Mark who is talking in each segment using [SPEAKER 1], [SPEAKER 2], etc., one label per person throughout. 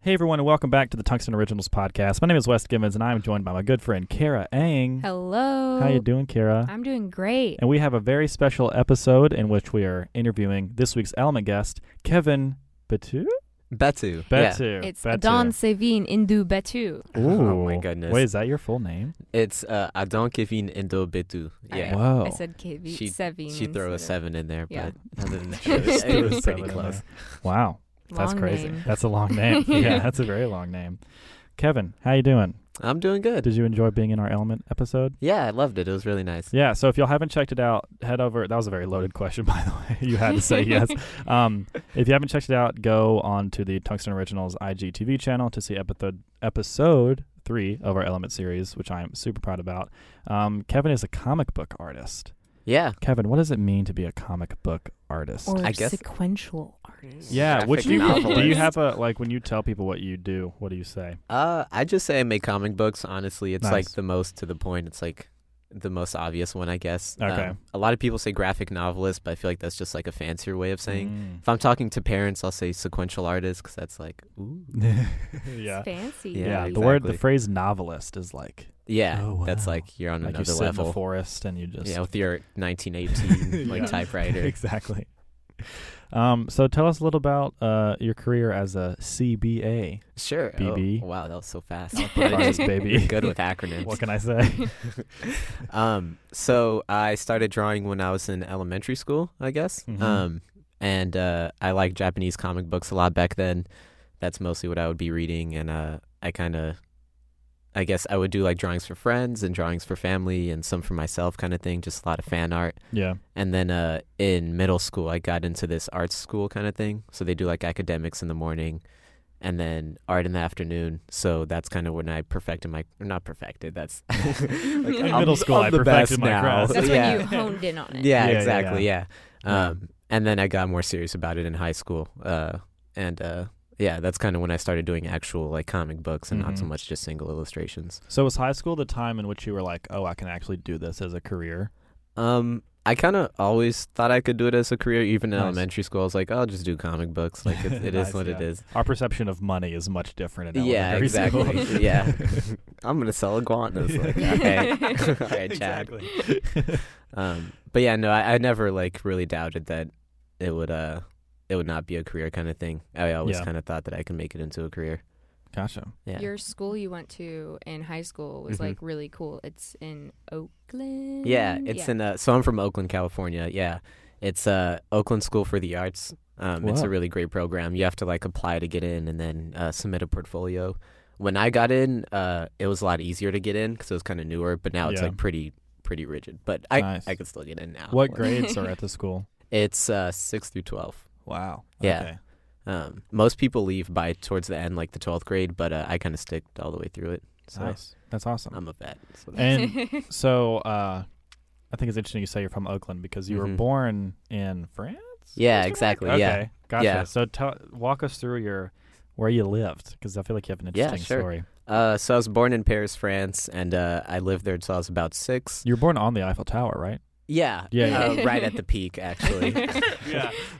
[SPEAKER 1] Hey everyone, and welcome back to the Tungsten Originals podcast. My name is Wes Gibbons, and I'm joined by my good friend Kara Ang.
[SPEAKER 2] Hello.
[SPEAKER 1] How you doing, Kara?
[SPEAKER 2] I'm doing great.
[SPEAKER 1] and we have a very special episode in which we are interviewing this week's element guest, Kevin Batu.
[SPEAKER 3] Betu.
[SPEAKER 1] Batu.
[SPEAKER 2] It's
[SPEAKER 1] Batu.
[SPEAKER 2] Adon Sevin Indu Betu.
[SPEAKER 3] Yeah. Oh my
[SPEAKER 1] Ooh.
[SPEAKER 3] goodness.
[SPEAKER 1] Wait, is that your full name?
[SPEAKER 3] It's uh, Adon Kevin Indo Betu. Yeah.
[SPEAKER 1] Whoa.
[SPEAKER 2] I said Kevi
[SPEAKER 3] Oh, She-
[SPEAKER 2] Sevin.
[SPEAKER 3] She threw a
[SPEAKER 2] instead
[SPEAKER 3] seven in there,
[SPEAKER 2] Yeah.
[SPEAKER 3] but other than that,
[SPEAKER 2] She
[SPEAKER 3] it was, it
[SPEAKER 2] threw
[SPEAKER 3] was
[SPEAKER 1] a
[SPEAKER 3] pretty
[SPEAKER 1] seven in
[SPEAKER 3] close.
[SPEAKER 1] Wow,
[SPEAKER 2] of-
[SPEAKER 1] that's
[SPEAKER 2] Long
[SPEAKER 1] crazy.
[SPEAKER 2] name.
[SPEAKER 1] That's a long name. yeah, that's a very long name. Kevin, how you doing?
[SPEAKER 3] I'm doing good.
[SPEAKER 1] Did you enjoy being in our element episode?
[SPEAKER 3] Yeah, I loved it. It was really nice.
[SPEAKER 1] Yeah, so if y'all haven't checked it out, head over. That was a very loaded question, by the way. you had to say yes. Um, if you haven't checked it out, go on to the Tungsten Originals IGTV channel to see episode episode three of our Element series, which I am super proud about. Um, Kevin is a comic book artist.
[SPEAKER 3] Yeah.
[SPEAKER 1] Kevin, what does it mean to be a comic book artist?
[SPEAKER 2] Or
[SPEAKER 3] I guess-
[SPEAKER 2] sequential artist.
[SPEAKER 1] yeah, which do
[SPEAKER 3] Graphic
[SPEAKER 1] you, do you
[SPEAKER 3] novelist.
[SPEAKER 1] have a like when you tell people what you do? What do you say?
[SPEAKER 3] Uh, I just say I make comic books. Honestly, it's like
[SPEAKER 1] Nice.
[SPEAKER 3] the most to the point. It's like the most obvious one, I guess.
[SPEAKER 1] Okay.
[SPEAKER 3] Um, a lot of people say graphic novelist, but I feel like that's just like a fancier way of saying.
[SPEAKER 1] Mm.
[SPEAKER 3] If I'm talking to parents, I'll say sequential artist because that's like, ooh.
[SPEAKER 1] yeah,
[SPEAKER 2] Fancy.
[SPEAKER 1] yeah.
[SPEAKER 3] Yeah,
[SPEAKER 1] The word, the
[SPEAKER 3] exactly.
[SPEAKER 1] phrase "novelist" is like
[SPEAKER 3] Yeah.
[SPEAKER 1] Oh,
[SPEAKER 3] That's
[SPEAKER 1] wow.
[SPEAKER 3] like you're on
[SPEAKER 1] like you
[SPEAKER 3] another
[SPEAKER 1] sit in the
[SPEAKER 3] level.
[SPEAKER 1] forest and you just
[SPEAKER 3] Yeah, with your 1918 like
[SPEAKER 1] Yeah.
[SPEAKER 3] typewriter.
[SPEAKER 1] exactly. Um, so tell us a little about uh, your career as a CBA.
[SPEAKER 3] Sure. Oh,
[SPEAKER 1] BB.
[SPEAKER 3] wow, that was so fast.
[SPEAKER 1] Virus baby.
[SPEAKER 3] Good with acronyms.
[SPEAKER 1] what can I say?
[SPEAKER 3] Um, so I started drawing when I was in elementary school, I guess.
[SPEAKER 1] Mhm.
[SPEAKER 3] Um, and uh, I liked Japanese comic books a lot back then. That's mostly what I would be reading, and uh, I kind of, I guess I would do like drawings for friends and drawings for family and some for myself, kind of thing. Just a lot of fan art.
[SPEAKER 1] yeah.
[SPEAKER 3] And then uh, in middle school, I got into this art school kind of thing. So they do like academics in the morning and then art in the afternoon. So that's kind of when I perfected my, or not perfected, that's
[SPEAKER 2] In
[SPEAKER 3] I'm-
[SPEAKER 1] middle school,
[SPEAKER 3] I'm
[SPEAKER 1] I
[SPEAKER 3] the
[SPEAKER 1] perfected
[SPEAKER 3] best
[SPEAKER 1] my
[SPEAKER 3] now.
[SPEAKER 1] craft.
[SPEAKER 2] That's
[SPEAKER 3] yeah.
[SPEAKER 2] when you honed in on it.
[SPEAKER 3] Yeah,
[SPEAKER 1] Yeah, yeah,
[SPEAKER 3] exactly. Yeah.
[SPEAKER 1] Yeah.
[SPEAKER 3] Um, and then I got more serious about it in high school. Uh, and uh, yeah, that's kind of when I started doing actual like comic books and not so
[SPEAKER 1] Mhm.
[SPEAKER 3] much just single illustrations.
[SPEAKER 1] So was high school the time in which you were like, oh, I can actually do this as a career?
[SPEAKER 3] Um, I kind of always thought I could do it as a career. Even in
[SPEAKER 1] Nice.
[SPEAKER 3] elementary school, I was like, "Oh, I'll just do comic books. Like it, it is
[SPEAKER 1] Nice,
[SPEAKER 3] what it
[SPEAKER 1] yeah.
[SPEAKER 3] is.
[SPEAKER 1] Our perception of money is much different in
[SPEAKER 3] Yeah,
[SPEAKER 1] elementary school.
[SPEAKER 3] exactly. Yeah. I'm gonna sell iguanas. Like, okay, all right, Chad.
[SPEAKER 1] exactly.
[SPEAKER 3] Um, but yeah, no, I, I never like really doubted that it would uh it would not be a career kind of thing. I always
[SPEAKER 1] Yeah.
[SPEAKER 3] kind of thought that I could make it into a career.
[SPEAKER 1] Gotcha.
[SPEAKER 3] Yeah.
[SPEAKER 2] Your school you went to in high school was
[SPEAKER 1] Mm-hmm.
[SPEAKER 3] Mhm.
[SPEAKER 2] like really cool. It's in Oakland.
[SPEAKER 3] yeah, it's in uh so I'm from Oakland, California. Yeah. It's uh Oakland School for the Arts. Um it's
[SPEAKER 1] Wow.
[SPEAKER 3] a really great program. You have to like apply to get in and then uh, submit a portfolio. When I got in, uh it was a lot easier to get in cuz it was kind of newer, but now it's
[SPEAKER 1] Yeah.
[SPEAKER 3] like pretty pretty rigid. But I
[SPEAKER 1] Nice.
[SPEAKER 3] I could still get in now.
[SPEAKER 1] What
[SPEAKER 3] Like,
[SPEAKER 1] grades are at the school?
[SPEAKER 3] It's uh 6 through 12.
[SPEAKER 1] Wow.
[SPEAKER 3] Yeah.
[SPEAKER 1] Okay.
[SPEAKER 3] Um, most people leave by towards the end, like the twelfth grade, but uh, I kind of sticked all the way through it. So
[SPEAKER 1] Nice. That's awesome.
[SPEAKER 3] I'm a vet. So
[SPEAKER 1] And- So uh, I think it's interesting you say you're from Oakland because you were
[SPEAKER 3] Mhm.
[SPEAKER 1] born in France.
[SPEAKER 3] yeah,
[SPEAKER 1] Mr. Mac?
[SPEAKER 3] exactly.
[SPEAKER 1] Okay,
[SPEAKER 3] Yeah,
[SPEAKER 1] gotcha.
[SPEAKER 3] Yeah.
[SPEAKER 1] So tell walk us through your where you lived because I feel like you have an
[SPEAKER 3] Yeah,
[SPEAKER 1] interesting
[SPEAKER 3] sure.
[SPEAKER 1] story.
[SPEAKER 3] Uh, so I was born in Paris, France, and uh, I lived there until I was about six.
[SPEAKER 1] You were born on the Eiffel Tower, right?
[SPEAKER 3] Yeah,
[SPEAKER 1] Yeah,
[SPEAKER 2] yeah.
[SPEAKER 3] Uh, right at the peak, actually.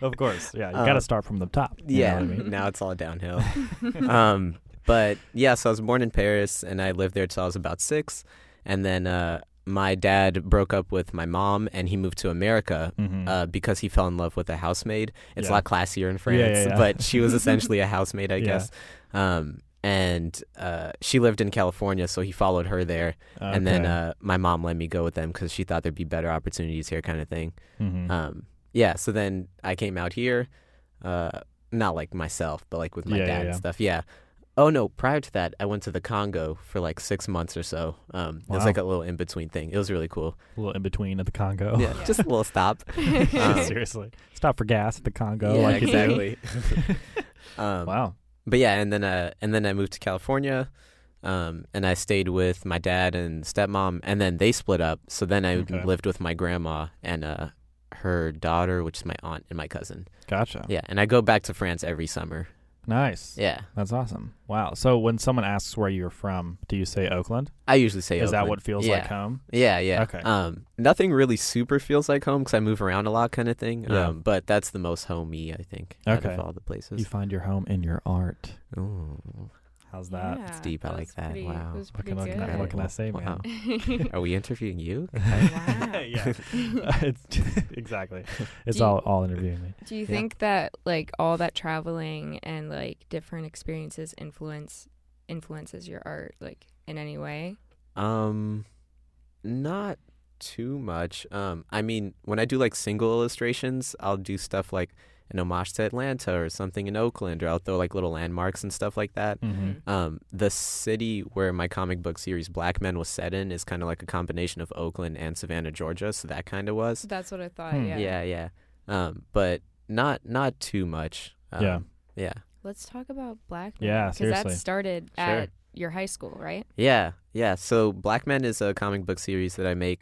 [SPEAKER 1] of course. Yeah, you
[SPEAKER 3] Uh,
[SPEAKER 1] got to start from the top. you know
[SPEAKER 3] yeah.
[SPEAKER 1] what I mean?
[SPEAKER 3] Now it's all downhill. um, but yeah, so I was born in Paris, and I lived there till I was about six, and then uh, my dad broke up with my mom, and he moved to America,
[SPEAKER 1] Mhm.
[SPEAKER 3] uh, because he fell in love with a housemaid. It's
[SPEAKER 1] Yeah.
[SPEAKER 3] a lot classier in France,
[SPEAKER 1] Yeah, yeah, yeah.
[SPEAKER 3] but she was essentially a housemaid, I
[SPEAKER 1] Yeah.
[SPEAKER 3] guess. Um, and uh, she lived in California, so he followed her there. And then
[SPEAKER 1] Okay.
[SPEAKER 3] uh, my mom let me go with them because she thought there'd be better opportunities here, kind of thing.
[SPEAKER 1] Mhm.
[SPEAKER 3] Um, yeah, so then I came out here, uh, not like myself, but like with my
[SPEAKER 1] Yeah, yeah,
[SPEAKER 3] dad and
[SPEAKER 1] yeah.
[SPEAKER 3] stuff. Yeah. Oh no! Prior to that, I went to the Congo for like six months or so. Um,
[SPEAKER 1] Wow.
[SPEAKER 3] It
[SPEAKER 1] Oh.
[SPEAKER 3] was like a little in between thing. It was really cool.
[SPEAKER 1] a little in between at the Congo.
[SPEAKER 3] Yeah, just a little stop. Um,
[SPEAKER 1] Seriously, stop for gas at the Congo.
[SPEAKER 3] yeah,
[SPEAKER 1] like you do.
[SPEAKER 3] exactly. um,
[SPEAKER 1] Wow.
[SPEAKER 3] but yeah, and then uh, and then I moved to California, um, and I stayed with my dad and stepmom, and then they split up. So then I
[SPEAKER 1] Okay.
[SPEAKER 3] lived with my grandma and uh, her daughter, which is my aunt and my cousin.
[SPEAKER 1] Gotcha.
[SPEAKER 3] Yeah, and I go back to France every summer.
[SPEAKER 1] Nice.
[SPEAKER 3] Yeah,
[SPEAKER 1] That's awesome. Wow. So when someone asks where you're from, do you say Oakland?
[SPEAKER 3] I usually say.
[SPEAKER 1] Is that
[SPEAKER 3] Oakland.
[SPEAKER 1] what feels
[SPEAKER 3] yeah.
[SPEAKER 1] like home?
[SPEAKER 3] Yeah, yeah.
[SPEAKER 1] Okay.
[SPEAKER 3] Um, nothing really super feels like home because I move around a lot, kind of thing.
[SPEAKER 1] Yeah.
[SPEAKER 3] Um, but that's the most homey I think out
[SPEAKER 1] Okay.
[SPEAKER 3] of all the places.
[SPEAKER 1] You find your home in your art.
[SPEAKER 3] Ooh.
[SPEAKER 1] How's that?
[SPEAKER 2] Yeah,
[SPEAKER 3] deep. I like
[SPEAKER 2] was
[SPEAKER 3] that.
[SPEAKER 2] pretty-
[SPEAKER 3] Wow.
[SPEAKER 2] It was
[SPEAKER 1] What
[SPEAKER 2] pretty
[SPEAKER 1] can, I-
[SPEAKER 2] good.
[SPEAKER 1] what can I say, man?
[SPEAKER 3] Wow. Are we interviewing you?
[SPEAKER 2] Wow.
[SPEAKER 1] yeah. it's, exactly. It's
[SPEAKER 2] Do you-
[SPEAKER 1] all, all interviewing me.
[SPEAKER 2] Do you think that like all that traveling and like different experiences influence influences your art like in any way?
[SPEAKER 3] Um, not too much. Um, I mean, when I do like single illustrations, I'll do stuff like an homage to Atlanta or something in Oakland, or I'll throw like little landmarks and stuff like that.
[SPEAKER 2] Mm-hmm.
[SPEAKER 1] Mhm.
[SPEAKER 3] Um, the city where my comic book series Black Men was set in is kind of like a combination of Oakland and Savannah, Georgia. So that kind of was.
[SPEAKER 2] So that's what I thought.
[SPEAKER 1] Hmm.
[SPEAKER 2] Yeah.
[SPEAKER 3] Yeah, yeah. Um, but not not too much. Um,
[SPEAKER 1] Yeah.
[SPEAKER 3] yeah,
[SPEAKER 2] Let's talk about black.
[SPEAKER 1] Yeah,
[SPEAKER 2] Because
[SPEAKER 1] seriously.
[SPEAKER 2] that started
[SPEAKER 3] Sure.
[SPEAKER 2] at your high school, right?
[SPEAKER 3] yeah, yeah. So Black Men is a comic book series that I make.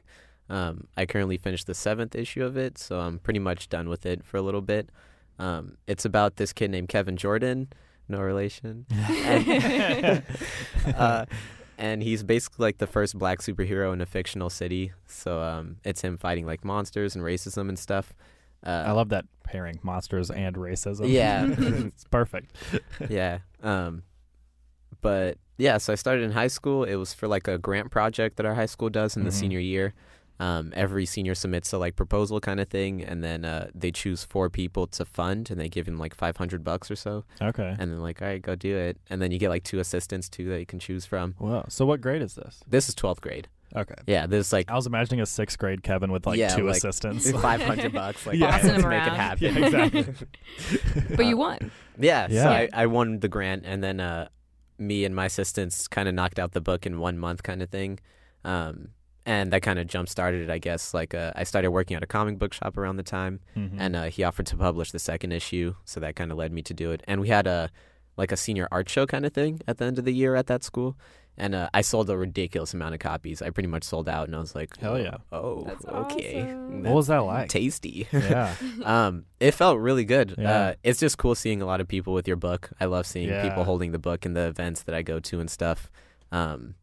[SPEAKER 3] Um, I currently finished the seventh issue of it, so I'm pretty much done with it for a little bit. Um, it's about this kid named Kevin Jordan, no relation. And-
[SPEAKER 1] Mm-hmm.
[SPEAKER 3] uh, and he's basically like the first black superhero in a fictional city. So um, it's him fighting like monsters and racism and stuff.
[SPEAKER 1] I
[SPEAKER 3] Uh,
[SPEAKER 1] love that pairing, monsters and racism.
[SPEAKER 3] Yeah.
[SPEAKER 1] it's perfect.
[SPEAKER 3] yeah. Um, but yeah, so I started in high school. It was for like a grant project that our high school does in the
[SPEAKER 1] Mhm.
[SPEAKER 3] senior year. Um, every senior submits a like proposal kind of thing, and then uh, they choose four people to fund, and they give them like five hundred bucks or so,
[SPEAKER 1] Okay.
[SPEAKER 3] and then like, all right, go do it, and then you get like two assistants too that you can choose from.
[SPEAKER 1] Wow. So what grade is this?
[SPEAKER 3] This is twelfth grade.
[SPEAKER 1] Okay.
[SPEAKER 3] Yeah, this is like
[SPEAKER 1] I was imagining a sixth grade Kevin with like
[SPEAKER 3] Yeah,
[SPEAKER 1] two
[SPEAKER 3] like-
[SPEAKER 1] assistants.
[SPEAKER 3] five hundred bucks. Like,
[SPEAKER 1] Yeah.
[SPEAKER 3] let's
[SPEAKER 1] Bossing
[SPEAKER 3] make
[SPEAKER 1] 'em
[SPEAKER 3] it
[SPEAKER 2] around.
[SPEAKER 3] happen.
[SPEAKER 1] yeah, exactly.
[SPEAKER 2] But you won.
[SPEAKER 3] Yeah,
[SPEAKER 1] Yeah.
[SPEAKER 3] so I, I won the grant, and then uh, me and my assistants kind of knocked out the book in one month, kind of thing. Um, and that kind of jump started it, I guess. Like uh, I started working at a comic book shop around the time,
[SPEAKER 1] Mhm.
[SPEAKER 3] and uh, he offered to publish the second issue, so that kind of led me to do it. And we had a like a senior art show kind of thing at the end of the year at that school. And uh, I sold a ridiculous amount of copies. I pretty much sold out, and I was like,
[SPEAKER 1] Hell yeah.
[SPEAKER 3] Oh,
[SPEAKER 2] That's
[SPEAKER 3] okay,
[SPEAKER 2] awesome.
[SPEAKER 1] what was that like?
[SPEAKER 3] tasty."
[SPEAKER 1] yeah.
[SPEAKER 3] um, it felt really good.
[SPEAKER 1] Yeah.
[SPEAKER 3] Uh, it's just cool seeing a lot of people with your book. I love seeing
[SPEAKER 1] Yeah.
[SPEAKER 3] people holding the book in the events that I go to and stuff. Um,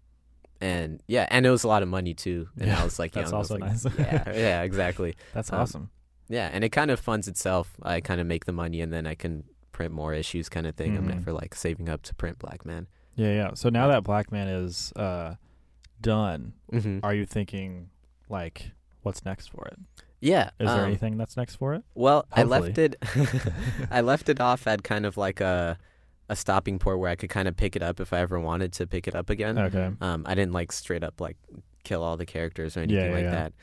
[SPEAKER 3] and yeah, and it was a lot of money too. And
[SPEAKER 1] Yeah,
[SPEAKER 3] I was like,
[SPEAKER 1] that's
[SPEAKER 3] young. I was
[SPEAKER 1] also
[SPEAKER 3] like,
[SPEAKER 1] nice.
[SPEAKER 3] yeah, yeah, exactly.
[SPEAKER 1] That's
[SPEAKER 3] Um,
[SPEAKER 1] awesome.
[SPEAKER 3] Yeah, and it kind of funds itself. I kind of make the money, and then I can print more issues, kind of thing.
[SPEAKER 1] Mhm.
[SPEAKER 3] I'm never like saving up to print Black Man.
[SPEAKER 1] Yeah, yeah. So now that Black Man is uh, done,
[SPEAKER 3] hmm
[SPEAKER 1] are you thinking like what's next for it?
[SPEAKER 3] Yeah.
[SPEAKER 1] Is there
[SPEAKER 3] um,
[SPEAKER 1] anything that's next for it?
[SPEAKER 3] Well, I left it. I left it off at kind of like a a stopping point where I could kind of pick it up if I ever wanted to pick it up again.
[SPEAKER 1] Okay.
[SPEAKER 3] Um, I didn't like straight up like kill all the characters or
[SPEAKER 1] Yeah,
[SPEAKER 3] anything
[SPEAKER 1] yeah,
[SPEAKER 3] like
[SPEAKER 1] yeah.
[SPEAKER 3] that.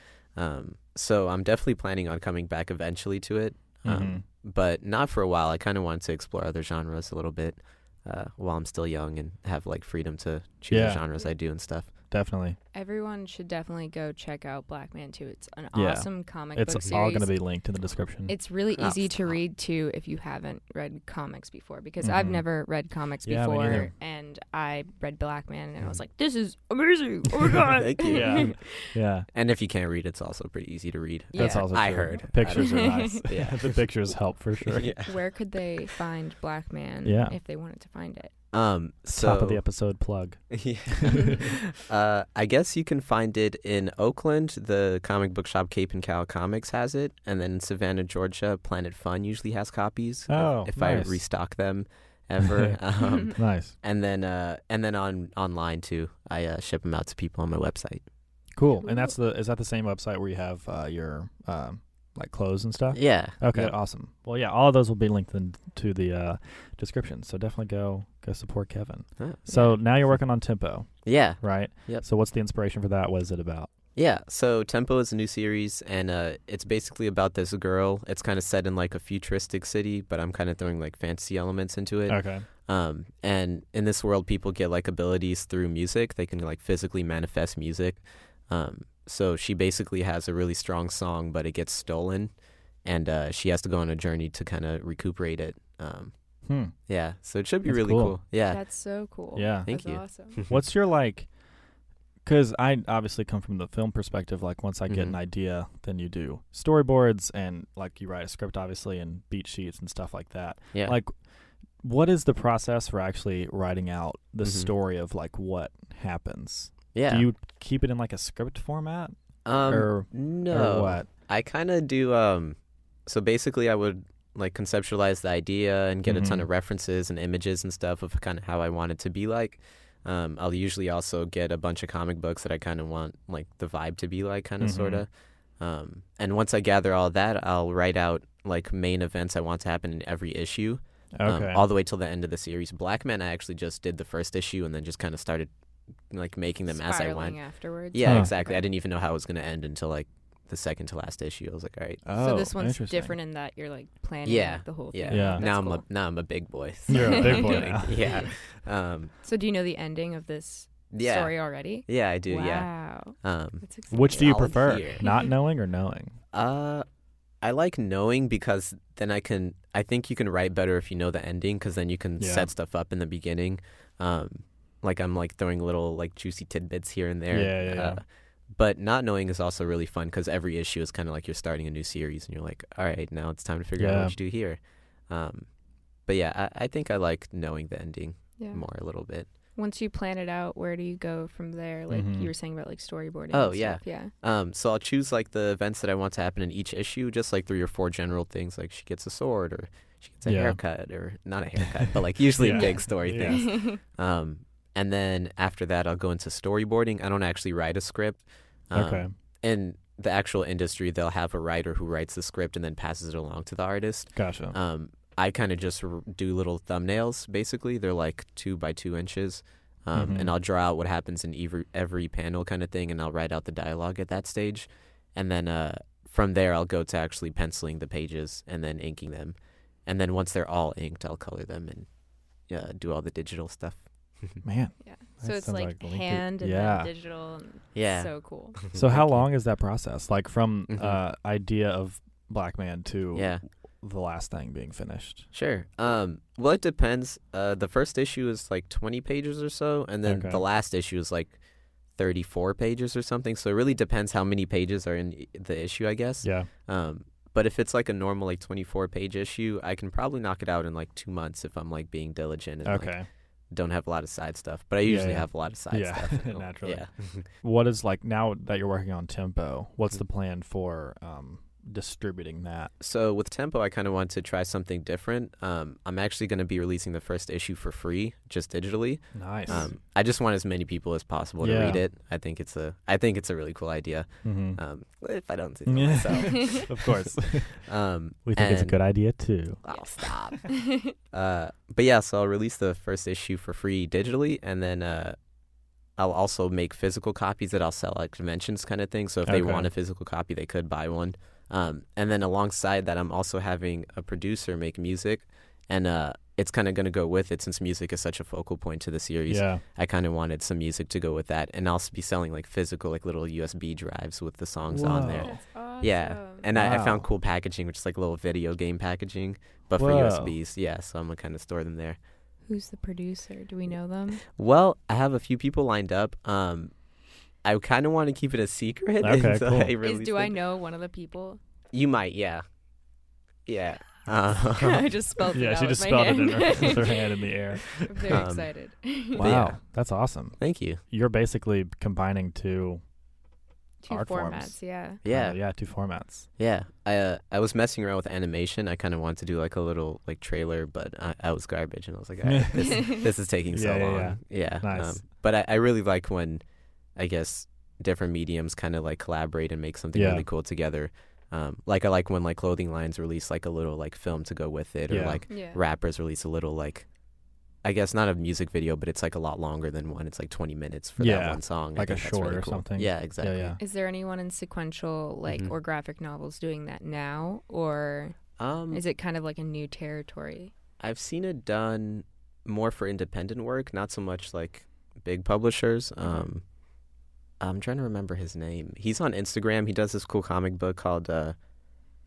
[SPEAKER 3] Um, so I'm definitely planning on coming back eventually to it,
[SPEAKER 1] Mhm.
[SPEAKER 3] um, but not for a while. I kind of wanted to explore other genres a little bit uh, while I'm still young and have like freedom to choose
[SPEAKER 1] Yeah.
[SPEAKER 3] the genres I do and stuff.
[SPEAKER 1] Definitely.
[SPEAKER 2] Everyone should definitely go check out Black Man Two. It's an
[SPEAKER 1] Yeah.
[SPEAKER 2] awesome comic
[SPEAKER 1] It's
[SPEAKER 2] book series.
[SPEAKER 1] all going to be linked in the description.
[SPEAKER 2] It's really
[SPEAKER 3] Oh,
[SPEAKER 2] easy to
[SPEAKER 3] fuck.
[SPEAKER 2] read too if you haven't read comics before because I've
[SPEAKER 1] Mhm.
[SPEAKER 3] Mm-hmm.
[SPEAKER 2] never read comics
[SPEAKER 1] Yeah, me
[SPEAKER 2] before
[SPEAKER 1] neither.
[SPEAKER 2] and I read Black Man and I was
[SPEAKER 3] Mhm.
[SPEAKER 2] like, this is amazing. Oh my god.
[SPEAKER 3] Thank you.
[SPEAKER 1] yeah. yeah.
[SPEAKER 3] And if you can't read, it's also pretty easy to read.
[SPEAKER 2] Yeah.
[SPEAKER 1] That's also
[SPEAKER 3] I
[SPEAKER 1] true.
[SPEAKER 3] heard.
[SPEAKER 1] Pictures
[SPEAKER 2] I
[SPEAKER 1] are
[SPEAKER 2] don't-
[SPEAKER 1] nice.
[SPEAKER 3] Yeah.
[SPEAKER 1] the pictures help for sure.
[SPEAKER 3] Yeah.
[SPEAKER 2] Where could they find Black Man
[SPEAKER 1] Yeah.
[SPEAKER 2] if they wanted to find it?
[SPEAKER 3] Um. So
[SPEAKER 1] Top of the episode plug.
[SPEAKER 3] Yeah. uh, I guess you can find it in Oakland. The comic book shop Cape and Cow Comics has it, and then in Savannah, Georgia, Planet Fun usually has copies.
[SPEAKER 1] Oh,
[SPEAKER 3] if
[SPEAKER 1] nice.
[SPEAKER 3] I restock them ever, um,
[SPEAKER 1] Nice.
[SPEAKER 3] and then uh, and then on online too, I uh, ship them out to people on my website.
[SPEAKER 1] Cool. And that's the is that the same website where you have uh, your um, like clothes and stuff?
[SPEAKER 3] Yeah.
[SPEAKER 1] Oh, Okay,
[SPEAKER 3] Yep.
[SPEAKER 1] awesome. Well, yeah, all of those will be linked in, to the uh, description. So definitely go go support Kevin.
[SPEAKER 3] Oh, Yeah.
[SPEAKER 1] So now you're working on Tempo,
[SPEAKER 3] Yeah.
[SPEAKER 1] right?
[SPEAKER 3] Yep.
[SPEAKER 1] So what's the inspiration for that? What is it about?
[SPEAKER 3] Yeah, so Tempo is a new series, and uh, it's basically about this girl. It's kind of set in like a futuristic city, but I'm kind of throwing like fantasy elements into it.
[SPEAKER 1] Okay.
[SPEAKER 3] Um, and in this world, people get like abilities through music. They can like physically manifest music. Um, so she basically has a really strong song, but it gets stolen, and uh, she has to go on a journey to kind of recuperate it. Um,
[SPEAKER 1] Hmm.
[SPEAKER 3] yeah, so it should be
[SPEAKER 1] That's
[SPEAKER 3] really
[SPEAKER 1] cool.
[SPEAKER 3] cool. Yeah,
[SPEAKER 2] That's so cool.
[SPEAKER 1] Yeah.
[SPEAKER 3] Uh, thank
[SPEAKER 2] That's
[SPEAKER 3] you.
[SPEAKER 2] awesome.
[SPEAKER 1] What's your like? Because I obviously come from the film perspective. Like once I get an
[SPEAKER 3] Mhm.
[SPEAKER 1] idea, then you do storyboards and like you write a script, obviously, and beat sheets and stuff like that.
[SPEAKER 3] Yeah.
[SPEAKER 1] Like, what is the process for actually writing out the
[SPEAKER 3] Mhm.
[SPEAKER 1] story of like what happens?
[SPEAKER 3] Yeah.
[SPEAKER 1] Do you keep it in like a script format
[SPEAKER 3] um,
[SPEAKER 1] or,
[SPEAKER 3] no.
[SPEAKER 1] or what?
[SPEAKER 3] I kind of do. Um, so basically, I would like conceptualize the idea and get a ton
[SPEAKER 1] Mhm.
[SPEAKER 3] of references and images and stuff of kind of how I want it to be like. Um, I'll usually also get a bunch of comic books that I kind of want like the vibe to be like, kind of
[SPEAKER 1] Mhm.
[SPEAKER 3] sort of. Um, and once I gather all that, I'll write out like main events I want to happen in every issue,
[SPEAKER 1] Okay.
[SPEAKER 3] um, all the way till the end of the series. Black Men, I actually just did the first issue and then just kind of started like making them as I went.
[SPEAKER 2] Spiraling afterwards.
[SPEAKER 3] Yeah,
[SPEAKER 1] Huh.
[SPEAKER 3] exactly. I didn't even know how it was going to end until like the second to last issue. I was like, all right.
[SPEAKER 1] oh,
[SPEAKER 2] so this one's
[SPEAKER 1] interesting.
[SPEAKER 2] different in that you're like planning
[SPEAKER 3] Yeah,
[SPEAKER 2] like, the whole
[SPEAKER 3] yeah.
[SPEAKER 2] thing.
[SPEAKER 1] Yeah.
[SPEAKER 2] That's
[SPEAKER 3] now I'm a
[SPEAKER 2] cool.
[SPEAKER 3] now I'm a big boy.
[SPEAKER 1] You're
[SPEAKER 2] a big boy
[SPEAKER 3] Doing-
[SPEAKER 1] now.
[SPEAKER 3] yeah. Um,
[SPEAKER 2] So do you know the ending of this
[SPEAKER 3] yeah.
[SPEAKER 2] story already?
[SPEAKER 3] Yeah, I do.
[SPEAKER 2] wow.
[SPEAKER 3] Yeah. Um,
[SPEAKER 2] That's exciting.
[SPEAKER 1] Which do you
[SPEAKER 3] I'll
[SPEAKER 1] prefer,
[SPEAKER 3] hear.
[SPEAKER 1] not knowing or knowing?
[SPEAKER 3] uh, I like knowing because then I can. I think you can write better if you know the ending because then you can
[SPEAKER 1] Yeah.
[SPEAKER 3] set stuff up in the beginning. Um, like I'm like throwing little like juicy tidbits here and there.
[SPEAKER 1] Yeah, yeah, yeah.
[SPEAKER 3] Uh, but not knowing is also really fun because every issue is kind of like you're starting a new series and you're like, all right, now it's time to figure out
[SPEAKER 1] Yeah.
[SPEAKER 3] what you do here. Um, but yeah, I, I think I like knowing the ending
[SPEAKER 2] Yeah.
[SPEAKER 3] more a little bit.
[SPEAKER 2] Once you plan it out, where do you go from there? Like
[SPEAKER 1] Mhm.
[SPEAKER 2] you were saying about like storyboarding.
[SPEAKER 3] Oh,
[SPEAKER 2] and
[SPEAKER 3] yeah.
[SPEAKER 2] stuff. yeah.
[SPEAKER 3] Um, so I'll choose like the events that I want to happen in each issue, just like three or four general things, like she gets a sword or she gets a
[SPEAKER 1] Yeah.
[SPEAKER 3] haircut or not a haircut, but like usually
[SPEAKER 1] Yeah.
[SPEAKER 3] big story
[SPEAKER 1] Yeah.
[SPEAKER 3] things. Um, and then after that, I'll go into storyboarding. I don't actually write a script. Um,
[SPEAKER 1] okay.
[SPEAKER 3] In the actual industry, they'll have a writer who writes the script and then passes it along to the artist.
[SPEAKER 1] Gotcha.
[SPEAKER 3] Um, I kind of just r- do little thumbnails. Basically, they're like two by two inches, um,
[SPEAKER 1] Mhm.
[SPEAKER 3] and I'll draw out what happens in every every panel kind of thing, and I'll write out the dialogue at that stage, and then uh, from there I'll go to actually penciling the pages and then inking them, and then once they're all inked, I'll color them and uh, do all the digital stuff.
[SPEAKER 1] Man.
[SPEAKER 3] mm,
[SPEAKER 2] Yeah.
[SPEAKER 1] That
[SPEAKER 2] So it's
[SPEAKER 1] sounds
[SPEAKER 2] like,
[SPEAKER 1] like Linky-
[SPEAKER 2] hand and
[SPEAKER 1] Yeah.
[SPEAKER 2] then digital. And
[SPEAKER 3] Yeah.
[SPEAKER 2] So cool.
[SPEAKER 1] So how
[SPEAKER 3] Thank you.
[SPEAKER 1] long is that process? Like from
[SPEAKER 3] Mhm.
[SPEAKER 1] uh, idea of Black Man to
[SPEAKER 3] Yeah.
[SPEAKER 1] the last thing being finished.
[SPEAKER 3] Sure. Um, well, it depends. Uh, the first issue is like 20 pages or so, and then
[SPEAKER 1] Okay.
[SPEAKER 3] the last issue is like 34 pages or something. So it really depends how many pages are in i- the issue, I guess.
[SPEAKER 1] Yeah.
[SPEAKER 3] Um, but if it's like a normal like 24 page issue, I can probably knock it out in like two months if I'm like being diligent and like,
[SPEAKER 1] Okay.
[SPEAKER 3] don't have a lot of side stuff. But I
[SPEAKER 1] Yeah,
[SPEAKER 3] usually
[SPEAKER 1] yeah.
[SPEAKER 3] have a lot of side
[SPEAKER 1] Yeah,
[SPEAKER 3] stuff. and I'll-
[SPEAKER 1] naturally.
[SPEAKER 3] Yeah.
[SPEAKER 1] what is like now that you're working on tempo?
[SPEAKER 3] Mm-hmm.
[SPEAKER 1] What's the plan for um, distributing that?
[SPEAKER 3] so with tempo i kind of want to try something different um, i'm actually going to be releasing the first issue for free just digitally
[SPEAKER 1] Nice.
[SPEAKER 3] Um, I just want as many people as possible to
[SPEAKER 1] Yeah.
[SPEAKER 3] read it. I think it's a I think it's a really cool idea.
[SPEAKER 1] Mhm.
[SPEAKER 3] Um, if I don't say so
[SPEAKER 1] Yeah.
[SPEAKER 3] myself,
[SPEAKER 1] of course,
[SPEAKER 3] um,
[SPEAKER 1] we think it's a
[SPEAKER 3] and-
[SPEAKER 1] good idea too.
[SPEAKER 3] I'll stop.
[SPEAKER 1] Oh.
[SPEAKER 3] uh, but yeah, so I'll release the first issue for free digitally, and then uh, I'll also make physical copies that I'll sell at conventions, kind of thing. So if they
[SPEAKER 1] Okay.
[SPEAKER 3] want a physical copy, they could buy one. Um, and then alongside that, I'm also having a producer make music, and uh, it's kind of going to go with it since music is such a focal point to the series.
[SPEAKER 1] Yeah.
[SPEAKER 3] I kind of wanted some music to go with that, and I'll also be selling like physical, like little USB drives with the songs on there.
[SPEAKER 1] Whoa.
[SPEAKER 2] That's awesome.
[SPEAKER 3] Yeah, And I, I found
[SPEAKER 1] Wow.
[SPEAKER 3] cool packaging, which is like little video game packaging, but for
[SPEAKER 1] Whoa.
[SPEAKER 3] USBs. Yeah, so I'm gonna kind of store them there.
[SPEAKER 2] Who's the producer? Do we know them?
[SPEAKER 3] Well, I have a few people lined up. Um, I kind of want to keep it a secret.
[SPEAKER 1] Okay,
[SPEAKER 3] until
[SPEAKER 1] cool.
[SPEAKER 3] I
[SPEAKER 1] Is- do
[SPEAKER 2] Is,
[SPEAKER 3] release
[SPEAKER 2] do I
[SPEAKER 3] it.
[SPEAKER 2] know one of the people?
[SPEAKER 3] You might, yeah, yeah.
[SPEAKER 2] I
[SPEAKER 3] Uh,
[SPEAKER 2] just spelled it
[SPEAKER 1] Yeah,
[SPEAKER 2] out
[SPEAKER 1] she
[SPEAKER 2] with
[SPEAKER 1] just
[SPEAKER 2] my
[SPEAKER 1] spelled it
[SPEAKER 2] hand.
[SPEAKER 1] in her, with her hand in the air.
[SPEAKER 2] I'm very
[SPEAKER 3] Um,
[SPEAKER 2] excited.
[SPEAKER 1] Wow,
[SPEAKER 3] yeah.
[SPEAKER 1] that's awesome.
[SPEAKER 3] Thank you.
[SPEAKER 1] You're basically combining two,
[SPEAKER 2] Two
[SPEAKER 1] art
[SPEAKER 2] formats,
[SPEAKER 1] forms.
[SPEAKER 2] yeah.
[SPEAKER 1] yeah,
[SPEAKER 3] Yeah,
[SPEAKER 1] yeah, two formats.
[SPEAKER 3] yeah. I uh, I was messing around with animation. I kind of wanted to do like a little like trailer, but I, I was garbage, and I was like, all right, this this is taking so
[SPEAKER 1] Yeah, yeah,
[SPEAKER 3] long.
[SPEAKER 1] yeah.
[SPEAKER 3] Yeah. um,
[SPEAKER 1] Nice.
[SPEAKER 3] but I, I really like when, I guess, different mediums kind of like collaborate and make something
[SPEAKER 1] Yeah.
[SPEAKER 3] really cool together. Um, like I like when like clothing lines release like a little like film to go with it, or
[SPEAKER 1] Yeah.
[SPEAKER 3] like
[SPEAKER 2] yeah.
[SPEAKER 3] rappers release a little like, I guess not a music video, but it's like a lot longer than one. It's like twenty minutes for
[SPEAKER 1] Yeah.
[SPEAKER 3] that one song. I
[SPEAKER 1] Like a
[SPEAKER 3] think that's really
[SPEAKER 1] short or
[SPEAKER 3] cool.
[SPEAKER 1] something.
[SPEAKER 3] Yeah, exactly.
[SPEAKER 1] Yeah,
[SPEAKER 2] Is there anyone in sequential like
[SPEAKER 3] Mhm.
[SPEAKER 2] or graphic novels doing that now or
[SPEAKER 3] Um,
[SPEAKER 2] is it kind of like a new territory?
[SPEAKER 3] I've seen it done more for independent work, not so much like big publishers. Um, I'm trying to remember his name. He's on Instagram. He does this cool comic book called uh,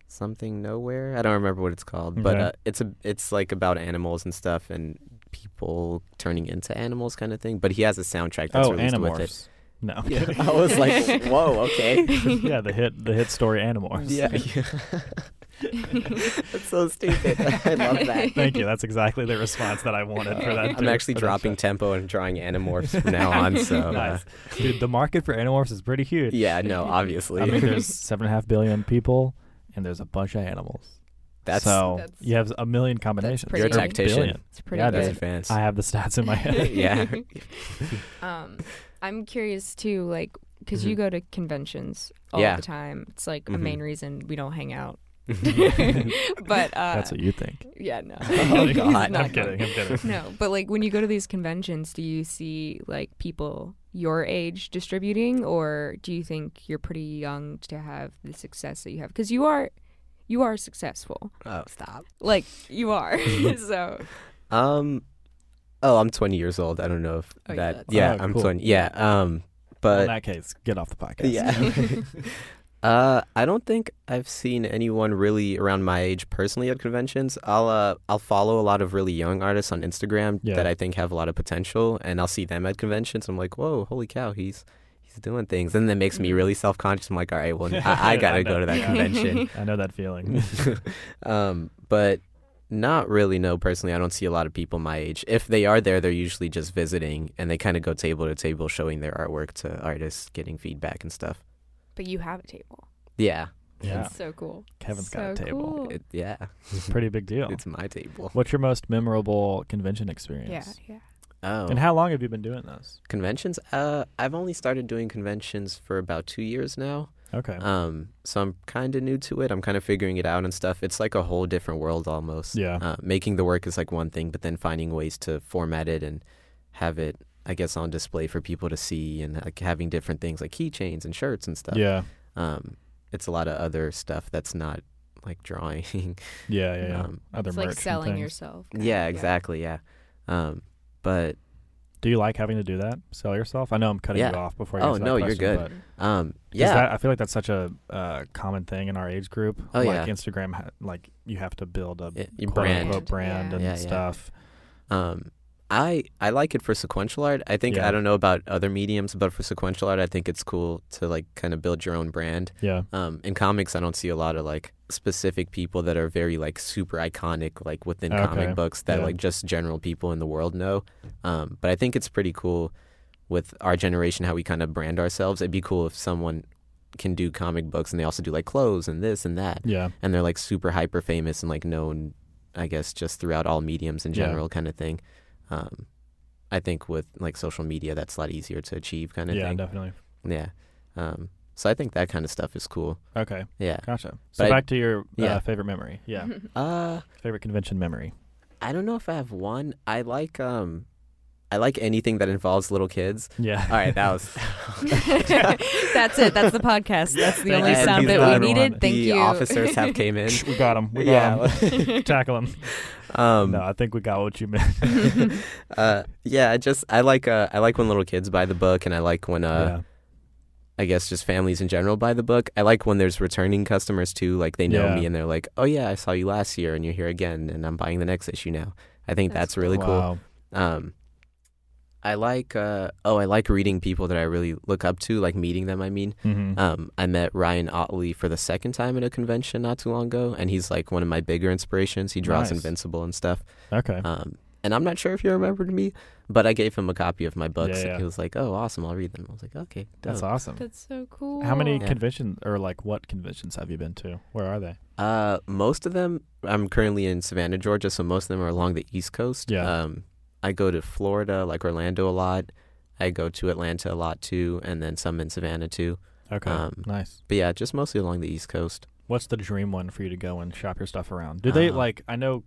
[SPEAKER 3] something nowhere. I don't remember what it's called, but
[SPEAKER 1] Okay.
[SPEAKER 3] uh, it's a it's like about animals and stuff and people turning into animals kind of thing. But he has a soundtrack that's
[SPEAKER 1] oh,
[SPEAKER 3] released with it.
[SPEAKER 1] Animorphs. No, I'm
[SPEAKER 3] Yeah.
[SPEAKER 1] kidding.
[SPEAKER 3] I was like, whoa, okay.
[SPEAKER 1] yeah, the hit, the hit story Animorphs.
[SPEAKER 3] Yeah. That's so stupid. I love that.
[SPEAKER 1] Thank you. That's exactly the response that I wanted for that.
[SPEAKER 3] I'm
[SPEAKER 1] too.
[SPEAKER 3] actually
[SPEAKER 1] For that
[SPEAKER 3] dropping
[SPEAKER 1] shot.
[SPEAKER 3] tempo and drawing animorphs from now on. So, uh,
[SPEAKER 1] nice, dude. The market for animorphs is pretty huge.
[SPEAKER 3] yeah, no, obviously.
[SPEAKER 1] I mean, there's seven and a half billion people, and there's a bunch of animals.
[SPEAKER 3] That's
[SPEAKER 1] so
[SPEAKER 2] That's-
[SPEAKER 1] you have a million combinations.
[SPEAKER 2] pretty You're a
[SPEAKER 1] Or
[SPEAKER 3] tactician.
[SPEAKER 1] billion.
[SPEAKER 2] It's pretty
[SPEAKER 1] Yeah, it
[SPEAKER 3] that's
[SPEAKER 1] is.
[SPEAKER 2] good.
[SPEAKER 3] advanced.
[SPEAKER 1] I have the stats in my head.
[SPEAKER 3] yeah.
[SPEAKER 2] Um, I'm curious too, like, because you
[SPEAKER 1] Mm-hmm.
[SPEAKER 3] Mhm.
[SPEAKER 2] go to conventions all
[SPEAKER 3] Yeah.
[SPEAKER 2] the time. It's like a
[SPEAKER 3] Mhm.
[SPEAKER 2] main reason we don't hang out.
[SPEAKER 3] Mhm.
[SPEAKER 2] but uh,
[SPEAKER 1] That's what you think.
[SPEAKER 2] yeah, no.
[SPEAKER 3] Oh,
[SPEAKER 2] He's
[SPEAKER 3] God.
[SPEAKER 2] not
[SPEAKER 1] I'm
[SPEAKER 2] going.
[SPEAKER 1] kidding. I'm kidding.
[SPEAKER 2] No, but like when you go to these conventions, do you see like people your age distributing, or do you think you're pretty young to have the success that you have? Because you are, you are successful.
[SPEAKER 3] oh, stop.
[SPEAKER 2] Like you are.
[SPEAKER 1] Mm-hmm.
[SPEAKER 2] so
[SPEAKER 3] Um, oh, I'm 20 years old. I don't know if
[SPEAKER 2] Oh, yeah,
[SPEAKER 3] that.
[SPEAKER 2] that's-
[SPEAKER 3] Yeah,
[SPEAKER 1] Oh,
[SPEAKER 3] I'm
[SPEAKER 1] cool.
[SPEAKER 3] 20. Yeah. Um,
[SPEAKER 1] Well,
[SPEAKER 3] but
[SPEAKER 1] in that case, get off the podcast.
[SPEAKER 3] Yeah. uh, I don't think I've seen anyone really around my age personally at conventions. I'll uh, I'll follow a lot of really young artists on Instagram
[SPEAKER 1] Yeah.
[SPEAKER 3] that I think have a lot of potential, and I'll see them at conventions. I'm like, whoa, holy cow, he's he's doing things, and that makes me really self conscious. I'm like, all right, well, I, I gotta
[SPEAKER 1] I
[SPEAKER 3] go
[SPEAKER 1] know.
[SPEAKER 3] to that convention.
[SPEAKER 1] I know that feeling.
[SPEAKER 3] um, but not really. No, personally, I don't see a lot of people my age. If they are there, they're usually just visiting, and they kind of go table to table, showing their artwork to artists, getting feedback and stuff.
[SPEAKER 2] But you have a table.
[SPEAKER 3] Yeah.
[SPEAKER 1] Yeah,
[SPEAKER 2] It's so cool.
[SPEAKER 1] Kevin's
[SPEAKER 2] so
[SPEAKER 1] got a table.
[SPEAKER 2] Cool.
[SPEAKER 3] It, yeah.
[SPEAKER 1] It's a pretty big deal.
[SPEAKER 3] It's my table.
[SPEAKER 1] What's your most memorable convention experience?
[SPEAKER 2] Yeah, yeah.
[SPEAKER 3] Oh.
[SPEAKER 1] And how long have you been doing this?
[SPEAKER 3] conventions? Uh, I've only started doing conventions for about two years now.
[SPEAKER 1] Okay.
[SPEAKER 3] Um, so I'm kind of new to it. I'm kind of figuring it out and stuff. It's like a whole different world almost.
[SPEAKER 1] yeah.
[SPEAKER 3] Uh, making the work is like one thing, but then finding ways to format it and have it, I guess, on display for people to see and like having different things like keychains and shirts and stuff.
[SPEAKER 1] yeah.
[SPEAKER 3] Um, it's a lot of other stuff that's not like drawing.
[SPEAKER 1] Yeah. Yeah. Yeah.
[SPEAKER 3] Um,
[SPEAKER 1] Other
[SPEAKER 2] it's
[SPEAKER 1] merch
[SPEAKER 2] like
[SPEAKER 1] and
[SPEAKER 2] selling
[SPEAKER 1] things.
[SPEAKER 2] yourself.
[SPEAKER 3] yeah, exactly. Yeah. Um, but
[SPEAKER 1] Do you like having to do that? Sell yourself? I know I'm cutting
[SPEAKER 3] Yeah.
[SPEAKER 1] you off before. you
[SPEAKER 3] Oh,
[SPEAKER 1] answer that
[SPEAKER 3] no, you're
[SPEAKER 1] question,
[SPEAKER 3] good.
[SPEAKER 1] but-
[SPEAKER 3] um,
[SPEAKER 1] 'cause
[SPEAKER 3] yeah.
[SPEAKER 1] that- I feel like that's such a uh, common thing in our age group.
[SPEAKER 3] Oh,
[SPEAKER 1] like
[SPEAKER 3] yeah.
[SPEAKER 1] Instagram, ha- like you have to build a
[SPEAKER 3] Yeah, your
[SPEAKER 1] quote,
[SPEAKER 3] brand.
[SPEAKER 1] unquote brand
[SPEAKER 2] Yeah.
[SPEAKER 1] and
[SPEAKER 3] Yeah, yeah.
[SPEAKER 1] stuff.
[SPEAKER 3] Um, I I like it for sequential art. I think
[SPEAKER 1] Yeah.
[SPEAKER 3] I don't know about other mediums, but for sequential art, I think it's cool to like kind of build your own brand.
[SPEAKER 1] Yeah.
[SPEAKER 3] Um, in comics, I don't see a lot of like specific people that are very like super iconic, like within
[SPEAKER 1] Okay.
[SPEAKER 3] comic books that
[SPEAKER 1] Yeah.
[SPEAKER 3] like just general people in the world know. Um, but I think it's pretty cool with our generation how we kind of brand ourselves. It'd be cool if someone can do comic books and they also do like clothes and this and that
[SPEAKER 1] Yeah.
[SPEAKER 3] and they're like super hyper famous and like known, I guess, just throughout all mediums in
[SPEAKER 1] Yeah.
[SPEAKER 3] general, kind of thing. Um, I think with like social media, that's a lot easier to achieve, kind of
[SPEAKER 1] Yeah.
[SPEAKER 3] thing.
[SPEAKER 1] Definitely.
[SPEAKER 3] Yeah. Um, so I think that kind of stuff is cool.
[SPEAKER 1] Okay.
[SPEAKER 3] Yeah.
[SPEAKER 1] Gotcha. So
[SPEAKER 3] But I-
[SPEAKER 1] back to your uh,
[SPEAKER 3] yeah.
[SPEAKER 1] favorite memory.
[SPEAKER 2] Mm-hmm.
[SPEAKER 1] Yeah.
[SPEAKER 3] Uh,
[SPEAKER 1] favorite convention memory.
[SPEAKER 3] I don't know if I have one. I like um, I like anything that involves little kids.
[SPEAKER 1] Yeah.
[SPEAKER 3] All right, that was
[SPEAKER 2] That's it. That's the podcast. That's the
[SPEAKER 1] Thank
[SPEAKER 2] only
[SPEAKER 1] you for
[SPEAKER 2] sound
[SPEAKER 1] being
[SPEAKER 2] bit we
[SPEAKER 1] on,
[SPEAKER 2] needed.
[SPEAKER 1] everyone.
[SPEAKER 2] Thank
[SPEAKER 3] the
[SPEAKER 2] you.
[SPEAKER 3] officers have came in.
[SPEAKER 1] we got him. We got
[SPEAKER 3] yeah.
[SPEAKER 1] 'em. Tackle him.
[SPEAKER 3] um,
[SPEAKER 1] no, I think we got what you meant.
[SPEAKER 3] uh, yeah. I just I like uh, I like when little kids buy the book, and I like when uh,
[SPEAKER 1] yeah.
[SPEAKER 3] I guess just families in general buy the book. I like when there's returning customers too, like they know
[SPEAKER 1] Yeah.
[SPEAKER 3] me and they're like, "Oh yeah, I saw you last year and you're here again and I'm buying the next issue now." I think
[SPEAKER 2] That's
[SPEAKER 3] that's, really cool.
[SPEAKER 1] Wow.
[SPEAKER 3] Um I like uh oh, I like reading people that I really look up to, like meeting them, I mean.
[SPEAKER 1] Mhm.
[SPEAKER 3] Um I met Ryan Otley for the second time at a convention not too long ago and he's like one of my bigger inspirations. He draws
[SPEAKER 1] Nice.
[SPEAKER 3] Invincible and stuff.
[SPEAKER 1] okay.
[SPEAKER 3] Um and I'm not sure if he remembered me, but I gave him a copy of my books.
[SPEAKER 1] Yeah, yeah.
[SPEAKER 3] He was like, "Oh, awesome! I'll read them." I was like, "Okay, dope."
[SPEAKER 1] That's awesome.
[SPEAKER 2] That's so cool.
[SPEAKER 1] How many
[SPEAKER 3] Yeah.
[SPEAKER 1] conventions or like what conventions have you been to? Where are they?
[SPEAKER 3] Uh, most of them. I'm currently in Savannah, Georgia, so most of them are along the East Coast.
[SPEAKER 1] Yeah.
[SPEAKER 3] Um, I go to Florida, like Orlando, a lot. I go to Atlanta a lot too, and then some in Savannah too.
[SPEAKER 1] Okay.
[SPEAKER 3] Um,
[SPEAKER 1] nice.
[SPEAKER 3] But yeah, just mostly along the East Coast.
[SPEAKER 1] What's the dream one for you to go and shop your stuff around? Do they
[SPEAKER 3] Uh,
[SPEAKER 1] like I know